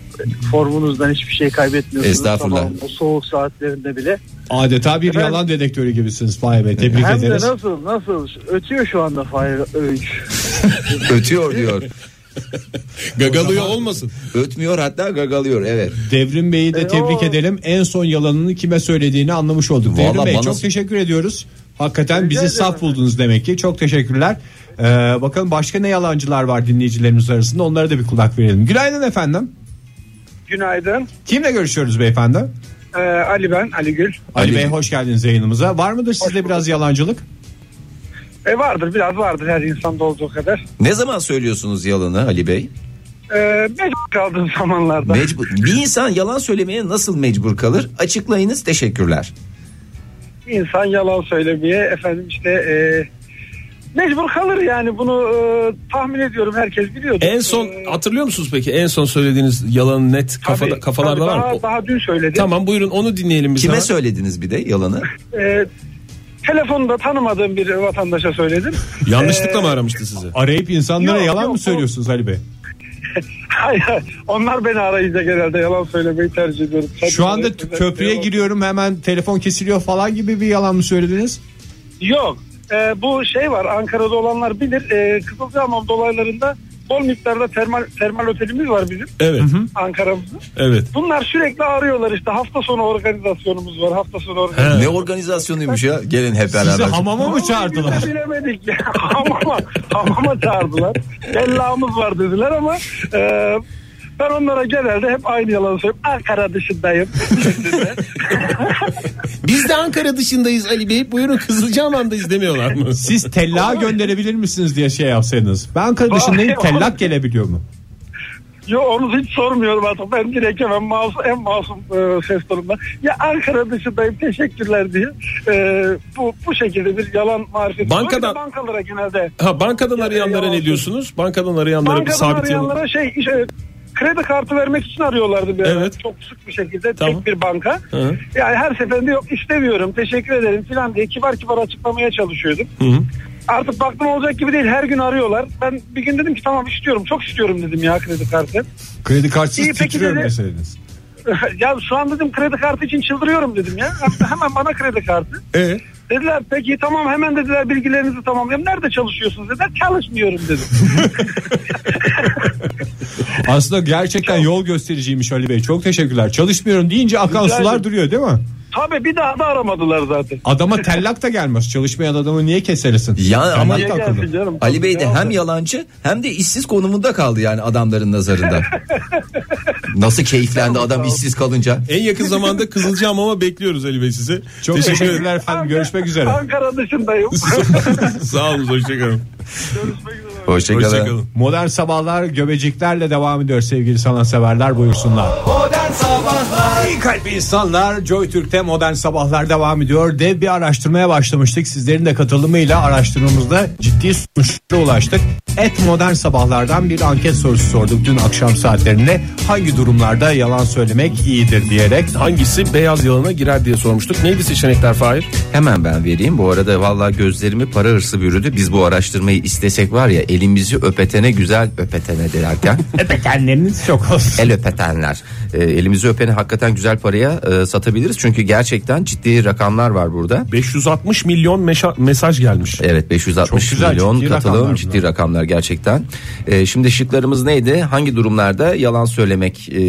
[SPEAKER 7] Formunuzdan hiçbir şey kaybetmiyorsunuz.
[SPEAKER 2] Estağfurullah.
[SPEAKER 7] Sabahın o soğuk saatlerinde bile.
[SPEAKER 3] Adeta bir
[SPEAKER 7] Efendim?
[SPEAKER 3] yalan dedektörü gibisiniz Fahir Bey. Tebrik
[SPEAKER 7] Hem de
[SPEAKER 3] ederiz.
[SPEAKER 7] nasıl nasıl ötüyor şu anda Fahir Öğünç.
[SPEAKER 2] Ötüyor diyor.
[SPEAKER 4] <laughs> Gagalıyor olmasın.
[SPEAKER 2] Ötmüyor hatta gagalıyor evet.
[SPEAKER 3] Devrim Bey'i de
[SPEAKER 7] E,
[SPEAKER 3] tebrik
[SPEAKER 7] o-
[SPEAKER 3] edelim. En son yalanını kime söylediğini anlamış olduk.
[SPEAKER 2] Vallahi
[SPEAKER 3] Devrim Bey
[SPEAKER 2] bana-
[SPEAKER 3] çok teşekkür ediyoruz. Hakikaten
[SPEAKER 7] Rica
[SPEAKER 3] bizi
[SPEAKER 7] ederim
[SPEAKER 3] saf
[SPEAKER 7] efendim.
[SPEAKER 3] buldunuz demek ki. Çok teşekkürler. Ee, bakalım başka ne yalancılar var dinleyicilerimiz arasında. Onlara da bir kulak verelim. Günaydın efendim.
[SPEAKER 8] Günaydın.
[SPEAKER 3] Kimle görüşüyoruz beyefendi? Ali,
[SPEAKER 8] Ee, Ali ben, Ali Gül.
[SPEAKER 2] Ali.
[SPEAKER 3] Bey hoş geldiniz yayınımıza. Var mıdır sizde biraz yalancılık?
[SPEAKER 8] E vardır biraz vardır her insanda olduğu kadar.
[SPEAKER 2] Ne zaman söylüyorsunuz yalanı Ali Bey?
[SPEAKER 8] Ee, mecbur kaldığım <laughs> zamanlarda.
[SPEAKER 2] Mecbur. Bir insan yalan söylemeye nasıl mecbur kalır? Açıklayınız teşekkürler.
[SPEAKER 8] insan yalan söylemeye efendim işte e, mecbur kalır yani bunu e, tahmin ediyorum herkes biliyordu.
[SPEAKER 4] En son
[SPEAKER 8] Ee,
[SPEAKER 4] hatırlıyor musunuz peki en son söylediğiniz yalan net kafada,
[SPEAKER 8] tabii,
[SPEAKER 4] kafalarda
[SPEAKER 8] tabii,
[SPEAKER 4] var mı?
[SPEAKER 8] daha,
[SPEAKER 4] O-
[SPEAKER 8] Daha dün söyledim.
[SPEAKER 4] Tamam buyurun onu dinleyelim biz.
[SPEAKER 2] Kime
[SPEAKER 4] daha.
[SPEAKER 2] söylediniz bir de yalanı?
[SPEAKER 8] Ee, telefonda tanımadığım bir vatandaşa söyledim. <laughs>
[SPEAKER 4] Yanlışlıkla
[SPEAKER 2] Ee,
[SPEAKER 4] mı aramıştı sizi?
[SPEAKER 3] Arayıp insanlara
[SPEAKER 8] Yok,
[SPEAKER 3] yalan
[SPEAKER 8] yok,
[SPEAKER 3] mı
[SPEAKER 8] bu-
[SPEAKER 3] söylüyorsunuz Ali Bey?
[SPEAKER 8] Hayır, onlar beni arayınca genelde yalan söylemeyi tercih ediyorum.
[SPEAKER 3] Şu anda t- köprüye giriyorum hemen telefon kesiliyor falan gibi bir yalan mı söylediniz?
[SPEAKER 8] Yok. Ee, bu şey var Ankara'da olanlar bilir. Ee, Kızılcahamam dolaylarında bol miktarda termal, termal otelimiz var bizim
[SPEAKER 4] Evet.
[SPEAKER 8] Ankara'mızda.
[SPEAKER 4] Evet.
[SPEAKER 8] Bunlar sürekli arıyorlar işte hafta sonu organizasyonumuz var hafta sonu organizasyonumuz.
[SPEAKER 2] Ne organizasyonuymuş ya? Gelin hep
[SPEAKER 3] Sizi
[SPEAKER 2] beraber.
[SPEAKER 3] hamama mı çağırdılar?
[SPEAKER 8] Biz de Bilemedik <laughs> ya. hamama, hamama çağırdılar. Dellamız var dediler ama e, ben onlara genelde hep aynı yalanı söylüyorum. Ankara dışındayım.
[SPEAKER 4] Biz de Ankara dışındayız Ali Bey. Buyurun Kızılcahamam'dayız demiyorlar
[SPEAKER 2] <laughs>
[SPEAKER 4] mı?
[SPEAKER 3] Siz tellağa gönderebilir misiniz diye şey yapsaydınız. Ben Ankara dışındayım tellak gelebiliyor mu?
[SPEAKER 8] Yo onu hiç sormuyorum artık. Ben direkt hemen masum, en masum e, ses tonumda. Ya Ankara dışındayım teşekkürler diye. E, bu, bu şekilde bir yalan marifeti. var.
[SPEAKER 4] Bankadan-
[SPEAKER 8] Bir de Bankalara genelde.
[SPEAKER 4] Ha bankadan arayanlara ne
[SPEAKER 8] yalan
[SPEAKER 4] diyorsunuz? Bankadan arayanlara bir
[SPEAKER 8] Bankadan
[SPEAKER 4] sabit yalan.
[SPEAKER 8] arayanlara şey işte, kredi kartı vermek için arıyorlardı. Bir ara.
[SPEAKER 4] Evet.
[SPEAKER 8] Çok sık bir şekilde
[SPEAKER 4] Tamam.
[SPEAKER 8] tek bir banka.
[SPEAKER 4] Hı.
[SPEAKER 8] Yani her seferinde yok istemiyorum teşekkür ederim filan diye kibar kibar açıklamaya çalışıyordum.
[SPEAKER 4] hı.
[SPEAKER 8] Artık baktım olacak gibi değil her gün arıyorlar. Ben bir gün dedim ki tamam istiyorum çok istiyorum dedim ya kredi kartı. <laughs>
[SPEAKER 3] Kredi kartsız
[SPEAKER 8] İyi, peki
[SPEAKER 3] titriyorum
[SPEAKER 8] dedi.
[SPEAKER 3] deseydiniz.
[SPEAKER 8] ya şu an dedim kredi kartı için çıldırıyorum dedim ya. Hatta hemen bana kredi kartı.
[SPEAKER 3] E?
[SPEAKER 4] Ee?
[SPEAKER 8] Dediler peki tamam hemen dediler bilgilerinizi tamamlayalım. Nerede çalışıyorsunuz dediler. Çalışmıyorum dedim.
[SPEAKER 3] Aslında gerçekten yol göstericiymiş Ali Bey. Çok teşekkürler. Çalışmıyorum deyince akan
[SPEAKER 8] Rica
[SPEAKER 3] sular
[SPEAKER 8] ederim.
[SPEAKER 3] duruyor değil mi?
[SPEAKER 8] Tabii bir daha da aramadılar zaten.
[SPEAKER 3] Adama tellak da gelmez. Çalışmayan adamı niye keseresin?
[SPEAKER 2] Ya
[SPEAKER 3] Tellak
[SPEAKER 2] ama-
[SPEAKER 3] da
[SPEAKER 8] Niye
[SPEAKER 3] akıllı.
[SPEAKER 8] gelsin canım?
[SPEAKER 2] Ali Bey de
[SPEAKER 8] Ya.
[SPEAKER 2] hem yalancı hem de işsiz konumunda kaldı yani adamların
[SPEAKER 8] <laughs>
[SPEAKER 2] nazarında. Nasıl keyiflendi adam işsiz kalınca?
[SPEAKER 4] En yakın zamanda Kızılcahamam'a bekliyoruz Ali Bey sizi.
[SPEAKER 3] Çok teşekkürler efendim. Görüşmek üzere.
[SPEAKER 8] Ankara dışındayım.
[SPEAKER 4] Sağ olun hoşçakalın.
[SPEAKER 8] Görüşmek üzere.
[SPEAKER 2] Hoşçakalın.
[SPEAKER 4] Hoşçakalın.
[SPEAKER 3] Modern Sabahlar göbeciklerle devam ediyor sevgili sanatseverler buyursunlar. Modern Sabahlar. İyi kalp insanlar Joy Türk'te Modern Sabahlar devam ediyor. Dev bir araştırmaya başlamıştık. Sizlerin de katılımıyla araştırmamızda ciddi sonuçlara ulaştık. Et Modern Sabahlar'dan bir anket sorusu sorduk dün akşam saatlerinde. Hangi durumlarda yalan söylemek iyidir diyerek.
[SPEAKER 4] Hangisi beyaz yılana girer diye sormuştuk. Neydi seçenekler Fahir?
[SPEAKER 2] Hemen ben vereyim. Bu arada vallahi gözlerimi para hırsı bürüdü. Biz bu araştırmayı istesek var ya elimizi öpetene güzel öpetene derken
[SPEAKER 3] Öpetenleriniz çok olsun.
[SPEAKER 2] el öpetenler. E, elimizi öpeni hakikaten güzel paraya e, satabiliriz. Çünkü gerçekten ciddi rakamlar var burada.
[SPEAKER 4] 560 milyon meşa- mesaj gelmiş.
[SPEAKER 2] Evet 560
[SPEAKER 3] Çok güzel,
[SPEAKER 2] milyon
[SPEAKER 3] ciddi
[SPEAKER 2] katılım
[SPEAKER 3] rakamlar
[SPEAKER 2] ciddi rakamlar gerçekten. Ee, şimdi şıklarımız neydi? Hangi durumlarda yalan söylemek e,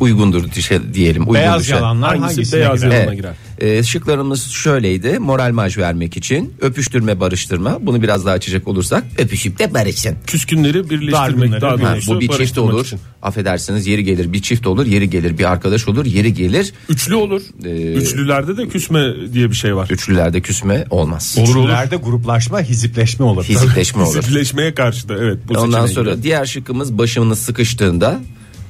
[SPEAKER 2] uygundur dişe- diyelim. Uygun
[SPEAKER 3] Beyaz
[SPEAKER 2] dişe.
[SPEAKER 3] yalanlar
[SPEAKER 4] Hangisi
[SPEAKER 3] hangisine
[SPEAKER 4] beyaz
[SPEAKER 3] girer?
[SPEAKER 4] yalan?
[SPEAKER 2] Evet.
[SPEAKER 4] Yoluna girer.
[SPEAKER 2] Ee, şıklarımız şöyleydi. Moral maj vermek için öpüştürme barıştırma. Bunu biraz daha açacak olursak öpüşüp de barışın.
[SPEAKER 4] Küskünleri birleştirmek
[SPEAKER 3] Dargınları
[SPEAKER 4] daha
[SPEAKER 2] Ha,
[SPEAKER 4] doğrusu
[SPEAKER 2] bu bir çift
[SPEAKER 4] barıştırmak
[SPEAKER 2] olur.
[SPEAKER 4] için.
[SPEAKER 2] Affedersiniz yeri gelir bir çift olur, yeri gelir bir arkadaş olur, yeri gelir
[SPEAKER 4] Üçlü olur.
[SPEAKER 2] Ee,
[SPEAKER 4] Üçlülerde de küsme diye bir şey var.
[SPEAKER 2] üçlülerde küsme olmaz.
[SPEAKER 4] Olur olur.
[SPEAKER 3] Türklerde gruplaşma, hizipleşme olur.
[SPEAKER 2] Fizikleşme olur.
[SPEAKER 4] Birleşmeye karşı da evet. Bu
[SPEAKER 2] Ondan
[SPEAKER 4] seçeneği.
[SPEAKER 2] sonra diğer şıkkımız başımız sıkıştığında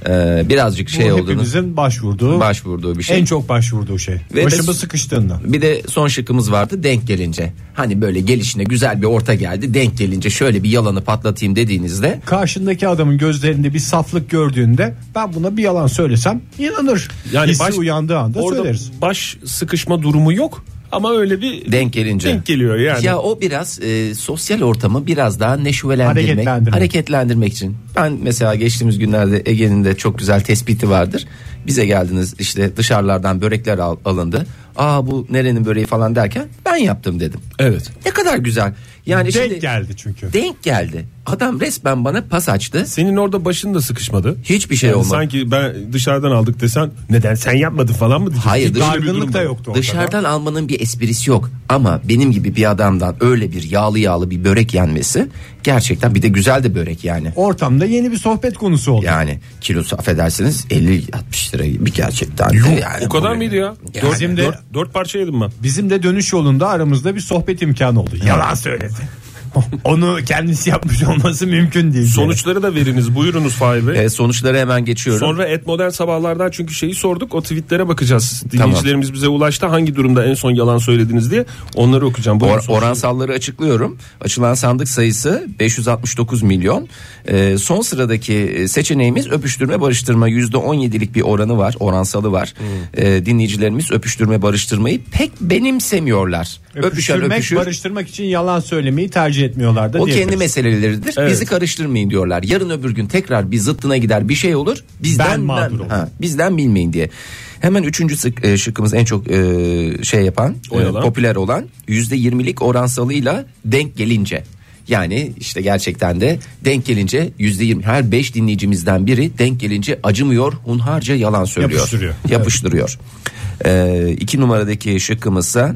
[SPEAKER 2] e, birazcık şey
[SPEAKER 3] Bu
[SPEAKER 2] olduğunuz
[SPEAKER 3] hepimizin başvurduğu
[SPEAKER 2] başvurduğu bir şey.
[SPEAKER 3] En çok başvurduğu şey.
[SPEAKER 2] Ve
[SPEAKER 3] Başımı
[SPEAKER 2] de-
[SPEAKER 3] sıkıştığında.
[SPEAKER 2] Bir de son şıkkımız vardı denk gelince. Hani böyle gelişine güzel bir orta geldi. Denk gelince şöyle bir yalanı patlatayım dediğinizde
[SPEAKER 3] Karşındaki adamın gözlerinde bir saflık gördüğünde ben buna bir yalan söylesem inanır. Yani Hissi uyandığı anda
[SPEAKER 4] orada
[SPEAKER 3] söyleriz.
[SPEAKER 4] baş sıkışma durumu yok ama öyle bir
[SPEAKER 2] denk gelince.
[SPEAKER 4] Denk geliyor yani.
[SPEAKER 2] Ya o biraz e, sosyal ortamı biraz daha neşvelendirmek,
[SPEAKER 3] Hareketlendirmek.
[SPEAKER 2] hareketlendirmek. için. Ben mesela geçtiğimiz günlerde Ege'nin de çok güzel tespiti vardır. Bize geldiniz işte dışarılardan börekler al- alındı. Aa bu nerenin böreği falan derken ben yaptım dedim.
[SPEAKER 4] evet.
[SPEAKER 2] Ne kadar güzel. Yani
[SPEAKER 3] Denk
[SPEAKER 2] şimdi
[SPEAKER 3] geldi çünkü.
[SPEAKER 2] denk geldi. Adam resmen bana pas açtı.
[SPEAKER 4] Senin orada başın da sıkışmadı.
[SPEAKER 2] Hiçbir şey
[SPEAKER 4] Yani
[SPEAKER 2] olmadı.
[SPEAKER 4] Sanki ben dışarıdan aldık desen neden sen yapmadın falan mı diyeceksin?
[SPEAKER 2] Hayır,
[SPEAKER 4] Böyle bir
[SPEAKER 2] dargınlık
[SPEAKER 4] durum
[SPEAKER 3] Dargınlık da
[SPEAKER 4] var.
[SPEAKER 3] yoktu ortada.
[SPEAKER 2] Dışarıdan almanın bir esprisi yok ama benim gibi bir adamdan öyle bir yağlı yağlı bir börek yenmesi gerçekten bir de güzel de börek yani.
[SPEAKER 3] Ortamda yeni bir sohbet konusu oldu.
[SPEAKER 2] Yani kilosu affedersiniz 50-60 lira gibi gerçekten. de yani
[SPEAKER 4] O kadar
[SPEAKER 2] bu-
[SPEAKER 4] mıydı ya?
[SPEAKER 2] Yani
[SPEAKER 4] Dört,
[SPEAKER 3] Bizim de-
[SPEAKER 4] dört, dört parça yedim ben.
[SPEAKER 3] Bizim de dönüş yolunda aramızda bir sohbet imkanı oldu. Yalan söyledi. Onu kendisi yapmış olması mümkün değil.
[SPEAKER 4] Sonuçları da veriniz buyurunuz Fahir Bey.
[SPEAKER 2] e, sonuçları hemen geçiyorum.
[SPEAKER 4] Sonra et modern sabahlardan çünkü şeyi sorduk o tweetlere bakacağız. Dinleyicilerimiz bize ulaştı hangi durumda en son yalan söylediniz diye onları okuyacağım. Buyurun
[SPEAKER 2] Or-
[SPEAKER 4] sorun.
[SPEAKER 2] oransalları açıklıyorum. Açılan sandık sayısı 569 milyon. Ee, son sıradaki e, seçeneğimiz öpüştürme barıştırma %17'lik bir oranı var, oransalı var.
[SPEAKER 4] Hmm.
[SPEAKER 2] Ee, dinleyicilerimiz öpüştürme barıştırmayı pek benimsemiyorlar. Öpüşen
[SPEAKER 3] Öpüştürmek,
[SPEAKER 2] öpüşür.
[SPEAKER 3] barıştırmak için yalan söylemeyi tercih etmiyorlar da
[SPEAKER 2] O
[SPEAKER 3] diyebiliriz.
[SPEAKER 2] kendi meseleleridir.
[SPEAKER 4] Evet.
[SPEAKER 2] Bizi karıştırmayın diyorlar. Yarın öbür gün tekrar bir zıttına gider bir şey olur. Bizden
[SPEAKER 3] Ben mağdur olurum.
[SPEAKER 2] ha, bizden bilmeyin diye. Hemen üçüncü sık, e, şıkkımız en çok e, şey yapan, e,
[SPEAKER 4] Oyalan.
[SPEAKER 2] popüler olan yüzde yirmilik oransalıyla denk gelince. Yani işte gerçekten de denk gelince yüzde yirmi her beş dinleyicimizden biri denk gelince acımıyor hunharca yalan söylüyor.
[SPEAKER 3] Yapıştırıyor.
[SPEAKER 2] Yapıştırıyor. Ee, iki numaradaki şıkkımızsa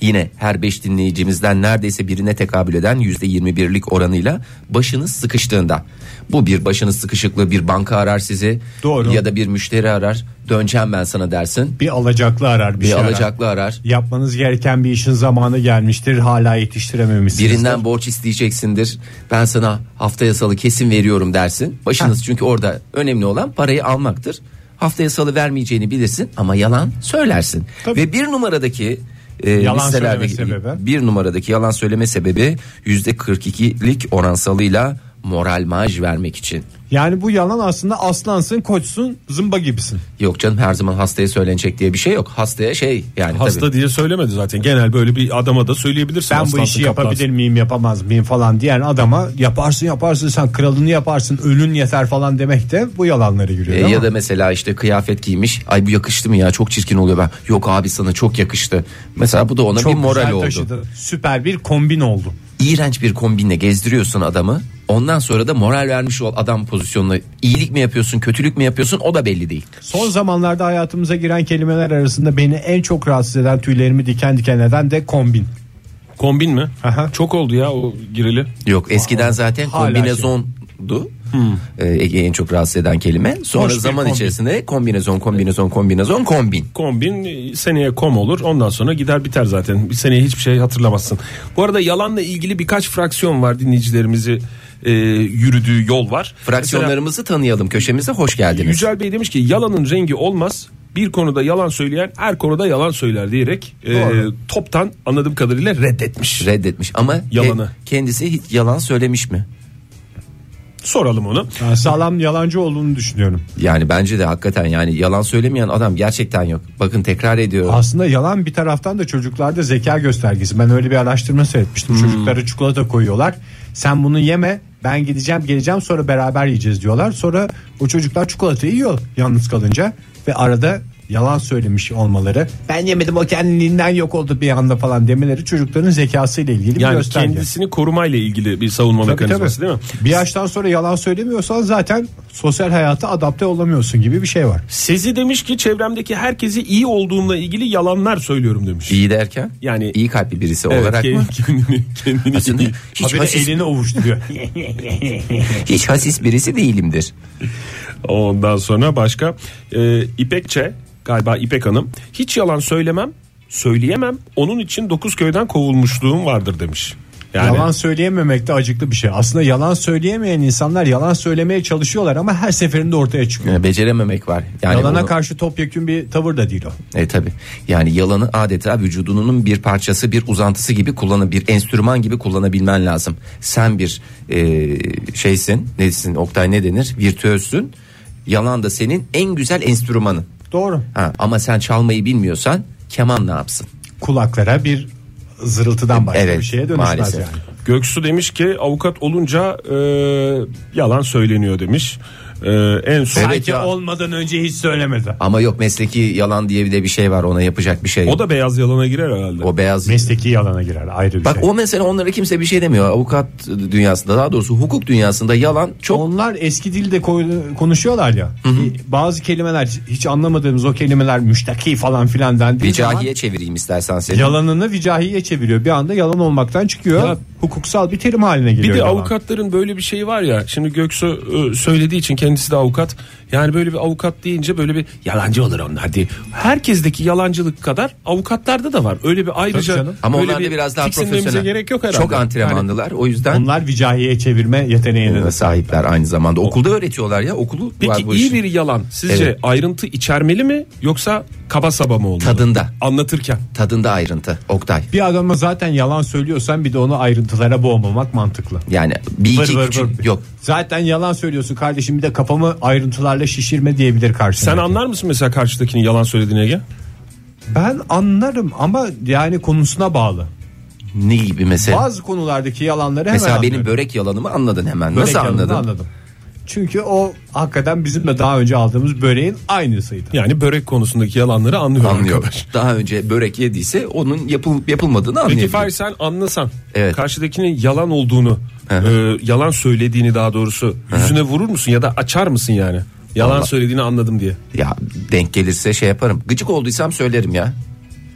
[SPEAKER 2] yine her beş dinleyicimizden neredeyse birine tekabül eden yüzde yirmi birlik oranıyla başınız sıkıştığında. Bu bir başınız sıkışıklığı bir banka arar sizi
[SPEAKER 3] Doğru.
[SPEAKER 2] ya da bir müşteri arar döneceğim ben sana dersin
[SPEAKER 3] Bir alacaklı arar bir,
[SPEAKER 2] bir
[SPEAKER 3] şey arar.
[SPEAKER 2] alacaklı arar.
[SPEAKER 3] Yapmanız gereken bir işin zamanı gelmiştir. Hala yetiştirememişsiniz.
[SPEAKER 2] Birinden borç isteyeceksindir. Ben sana haftaya salı kesin veriyorum dersin. Başınız çünkü orada önemli olan parayı almaktır. Haftaya salı vermeyeceğini bilirsin ama yalan söylersin.
[SPEAKER 3] Tabii.
[SPEAKER 2] Ve bir numaradaki e,
[SPEAKER 3] Yalan
[SPEAKER 2] listelerde-
[SPEAKER 3] söyleme sebebi?
[SPEAKER 2] bir numaradaki yalan söyleme sebebi yüzde 42'lik oransalıyla moral maj vermek için.
[SPEAKER 3] Yani bu yalan aslında aslansın, koçsun, zımba gibisin.
[SPEAKER 2] Yok canım her zaman hastaya söylenecek diye bir şey yok. Hastaya şey yani
[SPEAKER 4] Hasta
[SPEAKER 2] tabii.
[SPEAKER 4] diye söylemedi zaten. Genel böyle bir adama da söyleyebilirsin.
[SPEAKER 3] Ben bu
[SPEAKER 4] aslansın,
[SPEAKER 3] işi
[SPEAKER 4] kaplansın.
[SPEAKER 3] yapabilir miyim, yapamaz mıyım falan diyen adama yaparsın, yaparsın sen kralını yaparsın, ölün yeter falan demek de bu yalanlara giriyor.
[SPEAKER 2] E,
[SPEAKER 3] değil
[SPEAKER 2] ya
[SPEAKER 3] mi?
[SPEAKER 2] da mesela işte kıyafet giymiş. Ay bu yakıştı mı ya? Çok çirkin oluyor ben. Yok abi sana çok yakıştı. Mesela bu da ona
[SPEAKER 3] Çok
[SPEAKER 2] bir moral
[SPEAKER 3] güzel
[SPEAKER 2] oldu.
[SPEAKER 3] taşıdı. Süper bir kombin oldu.
[SPEAKER 2] İğrenç bir kombinle gezdiriyorsun adamı. Ondan sonra da moral vermiş ol adam pozisyonuna. İyilik mi yapıyorsun, kötülük mü yapıyorsun o da belli değil.
[SPEAKER 3] Son zamanlarda hayatımıza giren kelimeler arasında beni en çok rahatsız eden tüylerimi diken diken eden de kombin.
[SPEAKER 4] Kombin mi?
[SPEAKER 3] Aha.
[SPEAKER 4] Çok oldu ya o gireli.
[SPEAKER 2] Yok eskiden zaten
[SPEAKER 3] Hala Hmm.
[SPEAKER 2] kombinezondu. Ee, Ege'yi en çok rahatsız eden kelime. Sonra
[SPEAKER 4] Hoş bir
[SPEAKER 2] zaman
[SPEAKER 4] kombin.
[SPEAKER 2] içerisinde kombinezon kombinezon kombinezon kombin.
[SPEAKER 4] Kombin e, seneye kom olur ondan sonra gider biter zaten. Bir seneye hiçbir şey hatırlamazsın. Bu arada yalanla ilgili birkaç fraksiyon var dinleyicilerimizi e, yürüdüğü yol var.
[SPEAKER 2] Fraksiyonlarımızı tanıyalım. Köşemize hoş
[SPEAKER 4] Mesela
[SPEAKER 2] geldiniz.
[SPEAKER 4] Yücel Bey demiş ki yalanın rengi olmaz. Bir konuda yalan söyleyen her konuda yalan söyler diyerek e,
[SPEAKER 3] Doğru.
[SPEAKER 4] toptan anladığım kadarıyla reddetmiş.
[SPEAKER 2] Reddetmiş ama ke-
[SPEAKER 4] Yalanı.
[SPEAKER 2] kendisi hiç yalan söylemiş mi?
[SPEAKER 4] Soralım onu.
[SPEAKER 3] Ben sağlam yalancı olduğunu düşünüyorum.
[SPEAKER 2] Yani bence de hakikaten yani yalan söylemeyen adam gerçekten yok. Bakın tekrar ediyorum.
[SPEAKER 3] Aslında yalan bir taraftan da çocuklarda zeka göstergesi. Ben öyle bir araştırma
[SPEAKER 4] Hmm.
[SPEAKER 3] seyretmiştim. Çocuklara çikolata koyuyorlar. Sen bunu yeme ben gideceğim geleceğim sonra beraber yiyeceğiz diyorlar. Sonra o çocuklar çikolatayı yiyor yalnız kalınca. Ve arada yalan söylemiş olmaları. Ben yemedim o kendiliğinden yok oldu bir anda falan demeleri çocukların zekasıyla ilgili bir
[SPEAKER 4] Yani
[SPEAKER 3] gösterge.
[SPEAKER 4] kendisini korumayla ilgili bir savunma
[SPEAKER 3] Tabii,
[SPEAKER 4] mekanizması
[SPEAKER 3] tabii.
[SPEAKER 4] değil mi?
[SPEAKER 3] Bir yaştan sonra yalan söylemiyorsan zaten sosyal hayata adapte olamıyorsun gibi bir şey var.
[SPEAKER 4] Sezi demiş ki çevremdeki herkese iyi olduğumla ilgili yalanlar söylüyorum demiş.
[SPEAKER 2] İyi derken
[SPEAKER 4] Yani-
[SPEAKER 2] iyi kalpli birisi
[SPEAKER 4] Evet,
[SPEAKER 2] olarak
[SPEAKER 4] ke- <laughs>
[SPEAKER 2] mı?
[SPEAKER 4] kendini, kendini
[SPEAKER 2] Aslında
[SPEAKER 4] iyi-
[SPEAKER 2] hiç
[SPEAKER 3] Habire
[SPEAKER 2] hasis,
[SPEAKER 3] elini <laughs> ovuşturuyor.
[SPEAKER 2] hiç hasis birisi değilimdir.
[SPEAKER 4] Ondan sonra başka e, İpekçe galiba İpek Hanım hiç yalan söylemem söyleyemem onun için dokuz köyden kovulmuşluğum vardır demiş. Yani
[SPEAKER 3] Yalan söyleyememek de acıklı bir şey. Aslında yalan söyleyemeyen insanlar yalan söylemeye çalışıyorlar ama her seferinde ortaya çıkıyor.
[SPEAKER 2] Yani Becerememek var. Yani
[SPEAKER 3] Yalana
[SPEAKER 2] onu-
[SPEAKER 3] karşı topyekün bir tavır da değil o.
[SPEAKER 2] E tabi. Yani yalanı adeta vücudunun bir parçası, bir uzantısı gibi kullanın, bir enstrüman gibi kullanabilmen lazım. Sen bir e, şeysin, nesin? Oktay ne denir? Virtüözsün. Yalan da senin en güzel enstrümanın.
[SPEAKER 3] Doğru.
[SPEAKER 2] Ha, ama sen çalmayı bilmiyorsan keman ne yapsın?
[SPEAKER 3] Kulaklara bir zırıltıdan başka
[SPEAKER 2] Evet,
[SPEAKER 3] bir şeye dönüşmez
[SPEAKER 2] maalesef.
[SPEAKER 3] yani.
[SPEAKER 4] Göksu demiş ki avukat olunca e, yalan söyleniyor demiş. E, en son
[SPEAKER 2] Evet ya.
[SPEAKER 3] olmadan önce hiç söylemedi.
[SPEAKER 2] Ama yok mesleki yalan diye bir de bir şey var. Ona yapacak bir şey.
[SPEAKER 4] o
[SPEAKER 2] yok.
[SPEAKER 4] da beyaz yalana girer herhalde.
[SPEAKER 2] o beyaz
[SPEAKER 3] Mesleki yalana girer ayrı bir
[SPEAKER 2] Bak
[SPEAKER 3] şey.
[SPEAKER 2] o mesela onlara kimse bir şey demiyor. Avukat dünyasında daha doğrusu hukuk dünyasında yalan çok
[SPEAKER 3] Onlar eski dilde koy- konuşuyorlar ya. Bazı kelimeler hiç anlamadığımız o kelimeler müştaki falan filan dendiği zaman
[SPEAKER 2] vicahiye çevireyim istersen seni.
[SPEAKER 3] yalanını vicahiye çeviriyor. Bir anda yalan olmaktan çıkıyor.
[SPEAKER 4] Ya-
[SPEAKER 3] hukuksal bir terim haline
[SPEAKER 4] Bir
[SPEAKER 3] geliyor.
[SPEAKER 4] de
[SPEAKER 3] yalan.
[SPEAKER 4] avukatların böyle bir şeyi var ya. Şimdi Göksu e, söylediği için kendisi de avukat. Yani böyle bir avukat deyince böyle bir yalancı olur onlar diye. Herkesteki yalancılık kadar avukatlarda da var. Öyle bir ayrıca
[SPEAKER 3] canım.
[SPEAKER 2] Ama
[SPEAKER 4] böyle
[SPEAKER 2] onlar da
[SPEAKER 4] bir
[SPEAKER 2] biraz daha
[SPEAKER 4] tiksinmemize
[SPEAKER 2] profesyonel.
[SPEAKER 4] gerek yok herhalde.
[SPEAKER 2] Çok antrenmanlılar. O yüzden
[SPEAKER 3] Onlar vicahiye çevirme yeteneğine de
[SPEAKER 2] Ee, sahipler aynı zamanda. Okulda öğretiyorlar ya. Okulu var
[SPEAKER 4] Peki
[SPEAKER 2] bu
[SPEAKER 4] iyi
[SPEAKER 2] işin.
[SPEAKER 4] bir yalan sizce
[SPEAKER 2] Evet.
[SPEAKER 4] ayrıntı içermeli mi yoksa kaba saba mı olmalı?
[SPEAKER 2] Tadında.
[SPEAKER 4] Anlatırken.
[SPEAKER 2] tadında ayrıntı. Oktay.
[SPEAKER 3] Bir adama zaten yalan söylüyorsan bir de onu ayrıntılara boğmamak mantıklı.
[SPEAKER 2] Yani bir
[SPEAKER 3] Vır
[SPEAKER 2] iki
[SPEAKER 3] vır
[SPEAKER 2] küçük
[SPEAKER 3] vır.
[SPEAKER 2] yok.
[SPEAKER 3] Zaten yalan söylüyorsun kardeşim bir de kafamı ayrıntılarla şişirme diyebilir karşısına.
[SPEAKER 4] Sen anlar mısın mesela karşıdakinin yalan söylediğine Ege?
[SPEAKER 3] Ben anlarım ama yani konusuna bağlı.
[SPEAKER 2] Ne gibi mesela?
[SPEAKER 3] Bazı konulardaki yalanları hemen
[SPEAKER 2] mesela benim
[SPEAKER 3] anlarım.
[SPEAKER 2] börek yalanımı anladın hemen.
[SPEAKER 3] Börek
[SPEAKER 2] Nasıl
[SPEAKER 3] yalanını
[SPEAKER 2] anladın?
[SPEAKER 3] anladım. Çünkü o hakikaten bizim de daha önce aldığımız böreğin aynısıydı.
[SPEAKER 4] Yani börek konusundaki yalanları anlıyor
[SPEAKER 2] Anlıyor. <laughs>
[SPEAKER 4] arkadaş.
[SPEAKER 2] Daha önce börek yediyse onun yapılıp yapılmadığını
[SPEAKER 4] Peki
[SPEAKER 2] anlayabiliyor.
[SPEAKER 4] Fahri sen anlasan
[SPEAKER 2] Evet.
[SPEAKER 4] karşıdakinin yalan olduğunu e, yalan söylediğini daha doğrusu yüzüne vurur musun ya da açar mısın yani? Yalan
[SPEAKER 2] Vallahi-
[SPEAKER 4] söylediğini anladım diye.
[SPEAKER 2] Ya denk gelirse şey yaparım. Gıcık olduysam söylerim ya.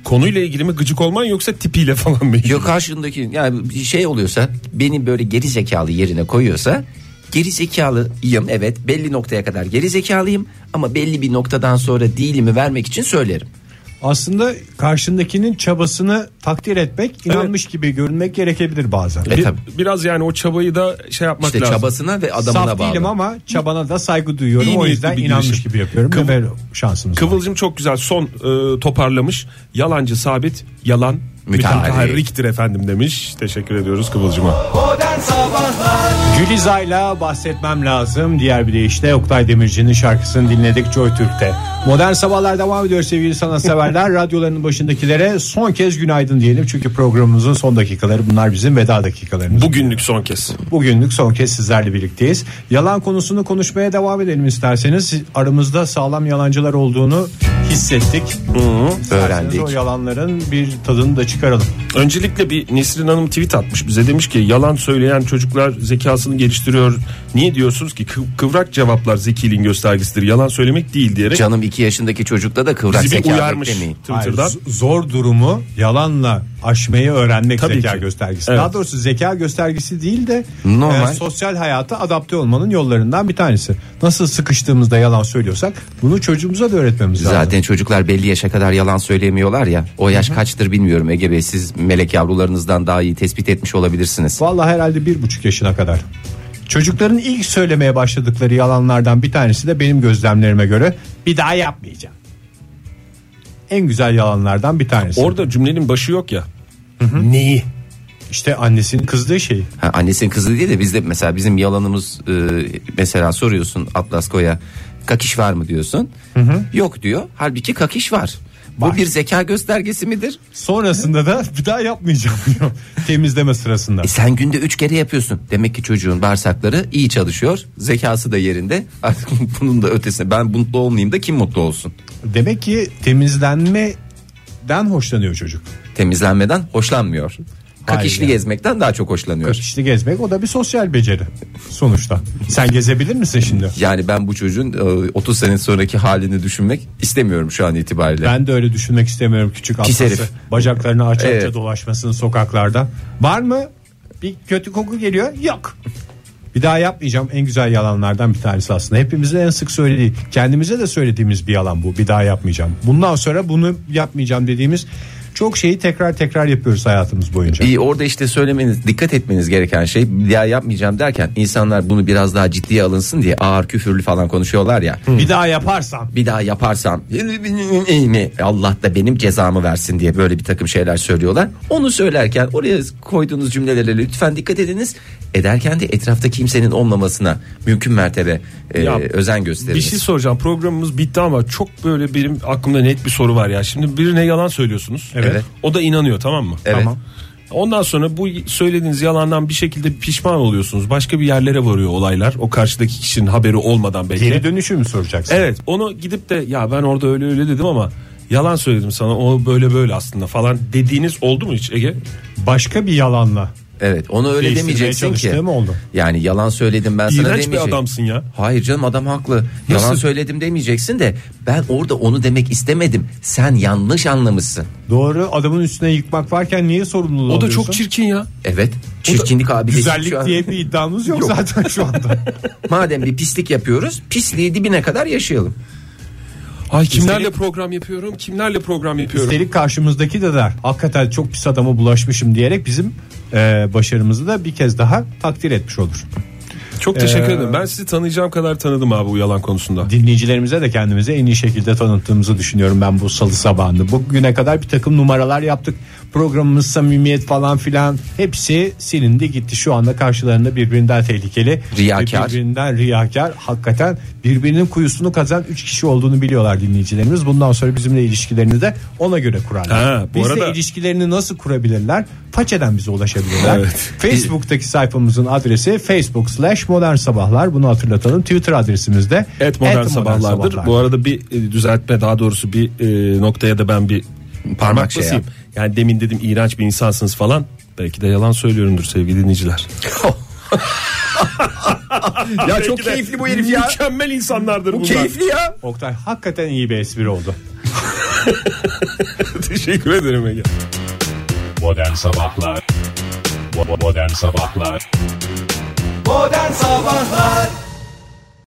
[SPEAKER 4] Konuyla ilgili mi gıcık olman yoksa tipiyle falan mı?
[SPEAKER 2] Yok karşındaki yani bir şey oluyorsa beni böyle geri zekalı yerine koyuyorsa geri zekalıyım evet belli noktaya kadar geri zekalıyım ama belli bir noktadan sonra değilimi vermek için söylerim.
[SPEAKER 3] Aslında karşındakinin çabasını takdir etmek inanmış gibi görünmek gerekebilir bazen.
[SPEAKER 2] E
[SPEAKER 4] Bir-
[SPEAKER 2] tabii.
[SPEAKER 4] biraz yani o çabayı da şey yapmak
[SPEAKER 2] İşte
[SPEAKER 4] lazım.
[SPEAKER 2] çabasına ve adamına
[SPEAKER 3] Saf
[SPEAKER 2] bağlı.
[SPEAKER 3] değilim ama çabana da saygı duyuyorum.
[SPEAKER 4] İyi
[SPEAKER 3] o
[SPEAKER 4] niyetli
[SPEAKER 3] yüzden
[SPEAKER 4] bir
[SPEAKER 3] inanmış
[SPEAKER 4] girişim.
[SPEAKER 3] gibi yapıyorum.
[SPEAKER 4] Kıvıl-
[SPEAKER 3] Kıvıl, şansımız var.
[SPEAKER 4] Kıvılcım çok güzel son e, toparlamış. Yalancı sabit, yalan
[SPEAKER 2] Müteharrik.
[SPEAKER 4] müteharriktir efendim demiş. Teşekkür ediyoruz Kıvılcım'a.
[SPEAKER 3] Gülizay'la bahsetmem lazım. Diğer bir de işte Oktay Demirci'nin şarkısını dinledik Joy Türk'te. Modern Sabahlar devam ediyor sevgili sanatseverler. Radyolarının başındakilere son kez günaydın diyelim. Çünkü programımızın son dakikaları bunlar bizim veda dakikalarımız.
[SPEAKER 4] Bugünlük son kez.
[SPEAKER 3] Bugünlük son kez sizlerle birlikteyiz. Yalan konusunu konuşmaya devam edelim isterseniz. Aramızda sağlam yalancılar olduğunu hissettik. İsterseniz
[SPEAKER 2] öğrendik.
[SPEAKER 3] O yalanların bir tadını da çıkaralım.
[SPEAKER 4] Öncelikle bir Nesrin Hanım tweet atmış bize demiş ki yalan söyleyen çocuklar zekasını geliştiriyor. Niye diyorsunuz ki Kı- kıvrak cevaplar zekiliğin göstergesidir yalan söylemek değil diyerek
[SPEAKER 2] Canım 2 yaşındaki çocukta da kıvrak
[SPEAKER 4] bizi bir
[SPEAKER 2] zekalık
[SPEAKER 4] uyarmış
[SPEAKER 2] demeyin.
[SPEAKER 4] Twitter'dan.
[SPEAKER 3] Hayır, z- zor durumu yalanla aşmayı öğrenmek
[SPEAKER 4] Tabii
[SPEAKER 3] zeka
[SPEAKER 4] ki.
[SPEAKER 3] göstergesi.
[SPEAKER 4] Evet.
[SPEAKER 3] Daha doğrusu zeka göstergesi değil de
[SPEAKER 2] Normal.
[SPEAKER 3] e, sosyal hayata adapte olmanın yollarından bir tanesi. Nasıl sıkıştığımızda yalan söylüyorsak bunu çocuğumuza da öğretmemiz lazım.
[SPEAKER 2] Zaten çocuklar belli yaşa kadar yalan söyleyemiyorlar ya. O yaş kaçtır bilmiyorum Ege Bey. Siz melek yavrularınızdan daha iyi tespit etmiş olabilirsiniz.
[SPEAKER 3] Vallahi herhalde bir buçuk yaşına kadar. Çocukların ilk söylemeye başladıkları yalanlardan bir tanesi de benim gözlemlerime göre bir daha yapmayacağım. En güzel yalanlardan bir tanesi.
[SPEAKER 4] Orada cümlenin başı yok ya.
[SPEAKER 5] Neyi?
[SPEAKER 3] işte annesinin kızdığı şeyi.
[SPEAKER 2] Ha, annesinin kızı değil de bizde mesela bizim yalanımız e, mesela soruyorsun Atlas Koya kakiş var mı diyorsun. Yok diyor. Halbuki kakiş var. Bu bir zeka göstergesi midir?
[SPEAKER 3] Sonrasında da bir daha yapmayacağım diyor. Temizleme sırasında.
[SPEAKER 2] E sen günde üç kere yapıyorsun. Demek ki çocuğun bağırsakları iyi çalışıyor. Zekası da yerinde. Artık <laughs> bunun da ötesine ben mutlu olmayayım da kim mutlu olsun?
[SPEAKER 3] Demek ki temizlenmeden hoşlanıyor çocuk.
[SPEAKER 2] Temizlenmeden hoşlanmıyor. Kakişli
[SPEAKER 3] Hayır ya.
[SPEAKER 2] gezmekten daha çok hoşlanıyor.
[SPEAKER 3] İşte gezmek o da bir sosyal beceri sonuçta. Sen gezebilir misin şimdi?
[SPEAKER 2] Yani ben bu çocuğun e, 30 sene sonraki halini düşünmek istemiyorum şu an itibariyle.
[SPEAKER 3] Ben de öyle düşünmek istemiyorum küçük
[SPEAKER 2] Pis
[SPEAKER 3] atlası.
[SPEAKER 2] herif.
[SPEAKER 3] Bacaklarını aç açça
[SPEAKER 2] Evet.
[SPEAKER 3] dolaşmasını sokaklarda. Var mı? Bir kötü koku geliyor. Yok. Bir daha yapmayacağım en güzel yalanlardan bir tanesi aslında. Hepimizin en sık söylediği, kendimize de söylediğimiz bir yalan bu. Bir daha yapmayacağım. Bundan sonra bunu yapmayacağım dediğimiz çok şeyi tekrar tekrar yapıyoruz hayatımız boyunca.
[SPEAKER 2] İyi orada işte söylemeniz dikkat etmeniz gereken şey bir daha yapmayacağım derken insanlar bunu biraz daha ciddiye alınsın diye ağır küfürlü falan konuşuyorlar ya.
[SPEAKER 3] Bir daha yaparsam
[SPEAKER 2] Bir daha yaparsam Allah da benim cezamı versin diye böyle bir takım şeyler söylüyorlar. Onu söylerken oraya koyduğunuz cümlelere lütfen dikkat ediniz. Ederken de etrafta kimsenin olmamasına mümkün mertebe e,
[SPEAKER 4] Ya,
[SPEAKER 2] özen gösteriniz.
[SPEAKER 4] Bir şey soracağım. Programımız bitti ama çok böyle benim aklımda net bir soru var ya. Şimdi birine yalan söylüyorsunuz.
[SPEAKER 2] Evet.
[SPEAKER 4] O da inanıyor tamam mı?
[SPEAKER 2] Evet.
[SPEAKER 4] Tamam. Ondan sonra bu söylediğiniz yalandan bir şekilde pişman oluyorsunuz. Başka bir yerlere varıyor olaylar. O karşıdaki kişinin haberi olmadan belki.
[SPEAKER 3] geri dönüşü mü soracaksın?
[SPEAKER 4] Evet onu gidip de ya ben orada öyle öyle dedim ama yalan söyledim sana o böyle böyle aslında falan dediğiniz oldu mu hiç Ege?
[SPEAKER 3] Başka bir yalanla.
[SPEAKER 2] Evet onu öyle
[SPEAKER 3] Değiştirmeye
[SPEAKER 2] demeyeceksin ki.
[SPEAKER 3] çalıştığım oldu.
[SPEAKER 2] Yani yalan söyledim ben sana
[SPEAKER 4] İğrenç bir
[SPEAKER 2] demeyeceksin.
[SPEAKER 4] adamsın ya.
[SPEAKER 2] Hayır canım adam haklı. Yalan söyledim demeyeceksin de ben orada onu demek istemedim. Sen yanlış anlamışsın.
[SPEAKER 3] Doğru adamın üstüne yıkmak varken niye sorumluluğu
[SPEAKER 4] O da
[SPEAKER 3] alıyorsun?
[SPEAKER 4] çok çirkin ya.
[SPEAKER 2] Evet. Çirkinlik abi. dedik şu
[SPEAKER 3] Güzellik
[SPEAKER 2] an.
[SPEAKER 3] diye bir iddiamız yok zaten şu anda.
[SPEAKER 2] Madem bir pislik yapıyoruz, pisliği dibine kadar yaşayalım.
[SPEAKER 4] Ay kimlerle program yapıyorum kimlerle program yapıyorum.
[SPEAKER 3] Üstelik karşımızdaki de der hakikaten çok pis adama bulaşmışım diyerek bizim e, başarımızı da bir kez daha takdir etmiş olur.
[SPEAKER 4] Çok teşekkür
[SPEAKER 3] Ee,
[SPEAKER 4] ederim. Ben sizi tanıyacağım kadar tanıdım abi bu yalan konusunda.
[SPEAKER 3] Dinleyicilerimize de kendimizi en iyi şekilde tanıttığımızı düşünüyorum ben bu salı sabahında. Bugüne kadar bir takım numaralar yaptık. Programımız samimiyet falan filan hepsi silindi gitti. Şu anda karşılarında birbirinden tehlikeli.
[SPEAKER 2] Riyakar.
[SPEAKER 3] ve Birbirinden riyakar. Hakikaten birbirinin kuyusunu kazan 3 kişi olduğunu biliyorlar dinleyicilerimiz. Bundan sonra bizimle ilişkilerini de ona göre kurarlar.
[SPEAKER 4] Ha, bu
[SPEAKER 3] Bizle
[SPEAKER 4] arada-
[SPEAKER 3] ilişkilerini nasıl kurabilirler? Façeden bize ulaşabilirler.
[SPEAKER 4] Evet.
[SPEAKER 3] Facebook'taki sayfamızın adresi facebook slash modern sabahlar. Bunu hatırlatalım. Twitter adresimiz de
[SPEAKER 4] Evet modern,
[SPEAKER 3] Et modern
[SPEAKER 4] sabahlardır.
[SPEAKER 3] sabahlar.
[SPEAKER 4] Bu arada bir e, düzeltme daha doğrusu bir e, noktaya da ben bir parmak
[SPEAKER 2] şey
[SPEAKER 4] basayım. Yani demin dedim iğrenç bir insansınız falan. Belki de yalan söylüyorumdur sevgili dinleyiciler.
[SPEAKER 2] <laughs> Ya çok
[SPEAKER 4] Belki de
[SPEAKER 2] keyifli bu herif ya.
[SPEAKER 4] Mükemmel insanlardır bunlar.
[SPEAKER 2] Keyifli ya.
[SPEAKER 3] Oktay hakikaten iyi bir espri oldu.
[SPEAKER 4] Teşekkür ederim Ege.
[SPEAKER 1] Modern Sabahlar Bo- bo- Modern Sabahlar
[SPEAKER 9] Modern Sabahlar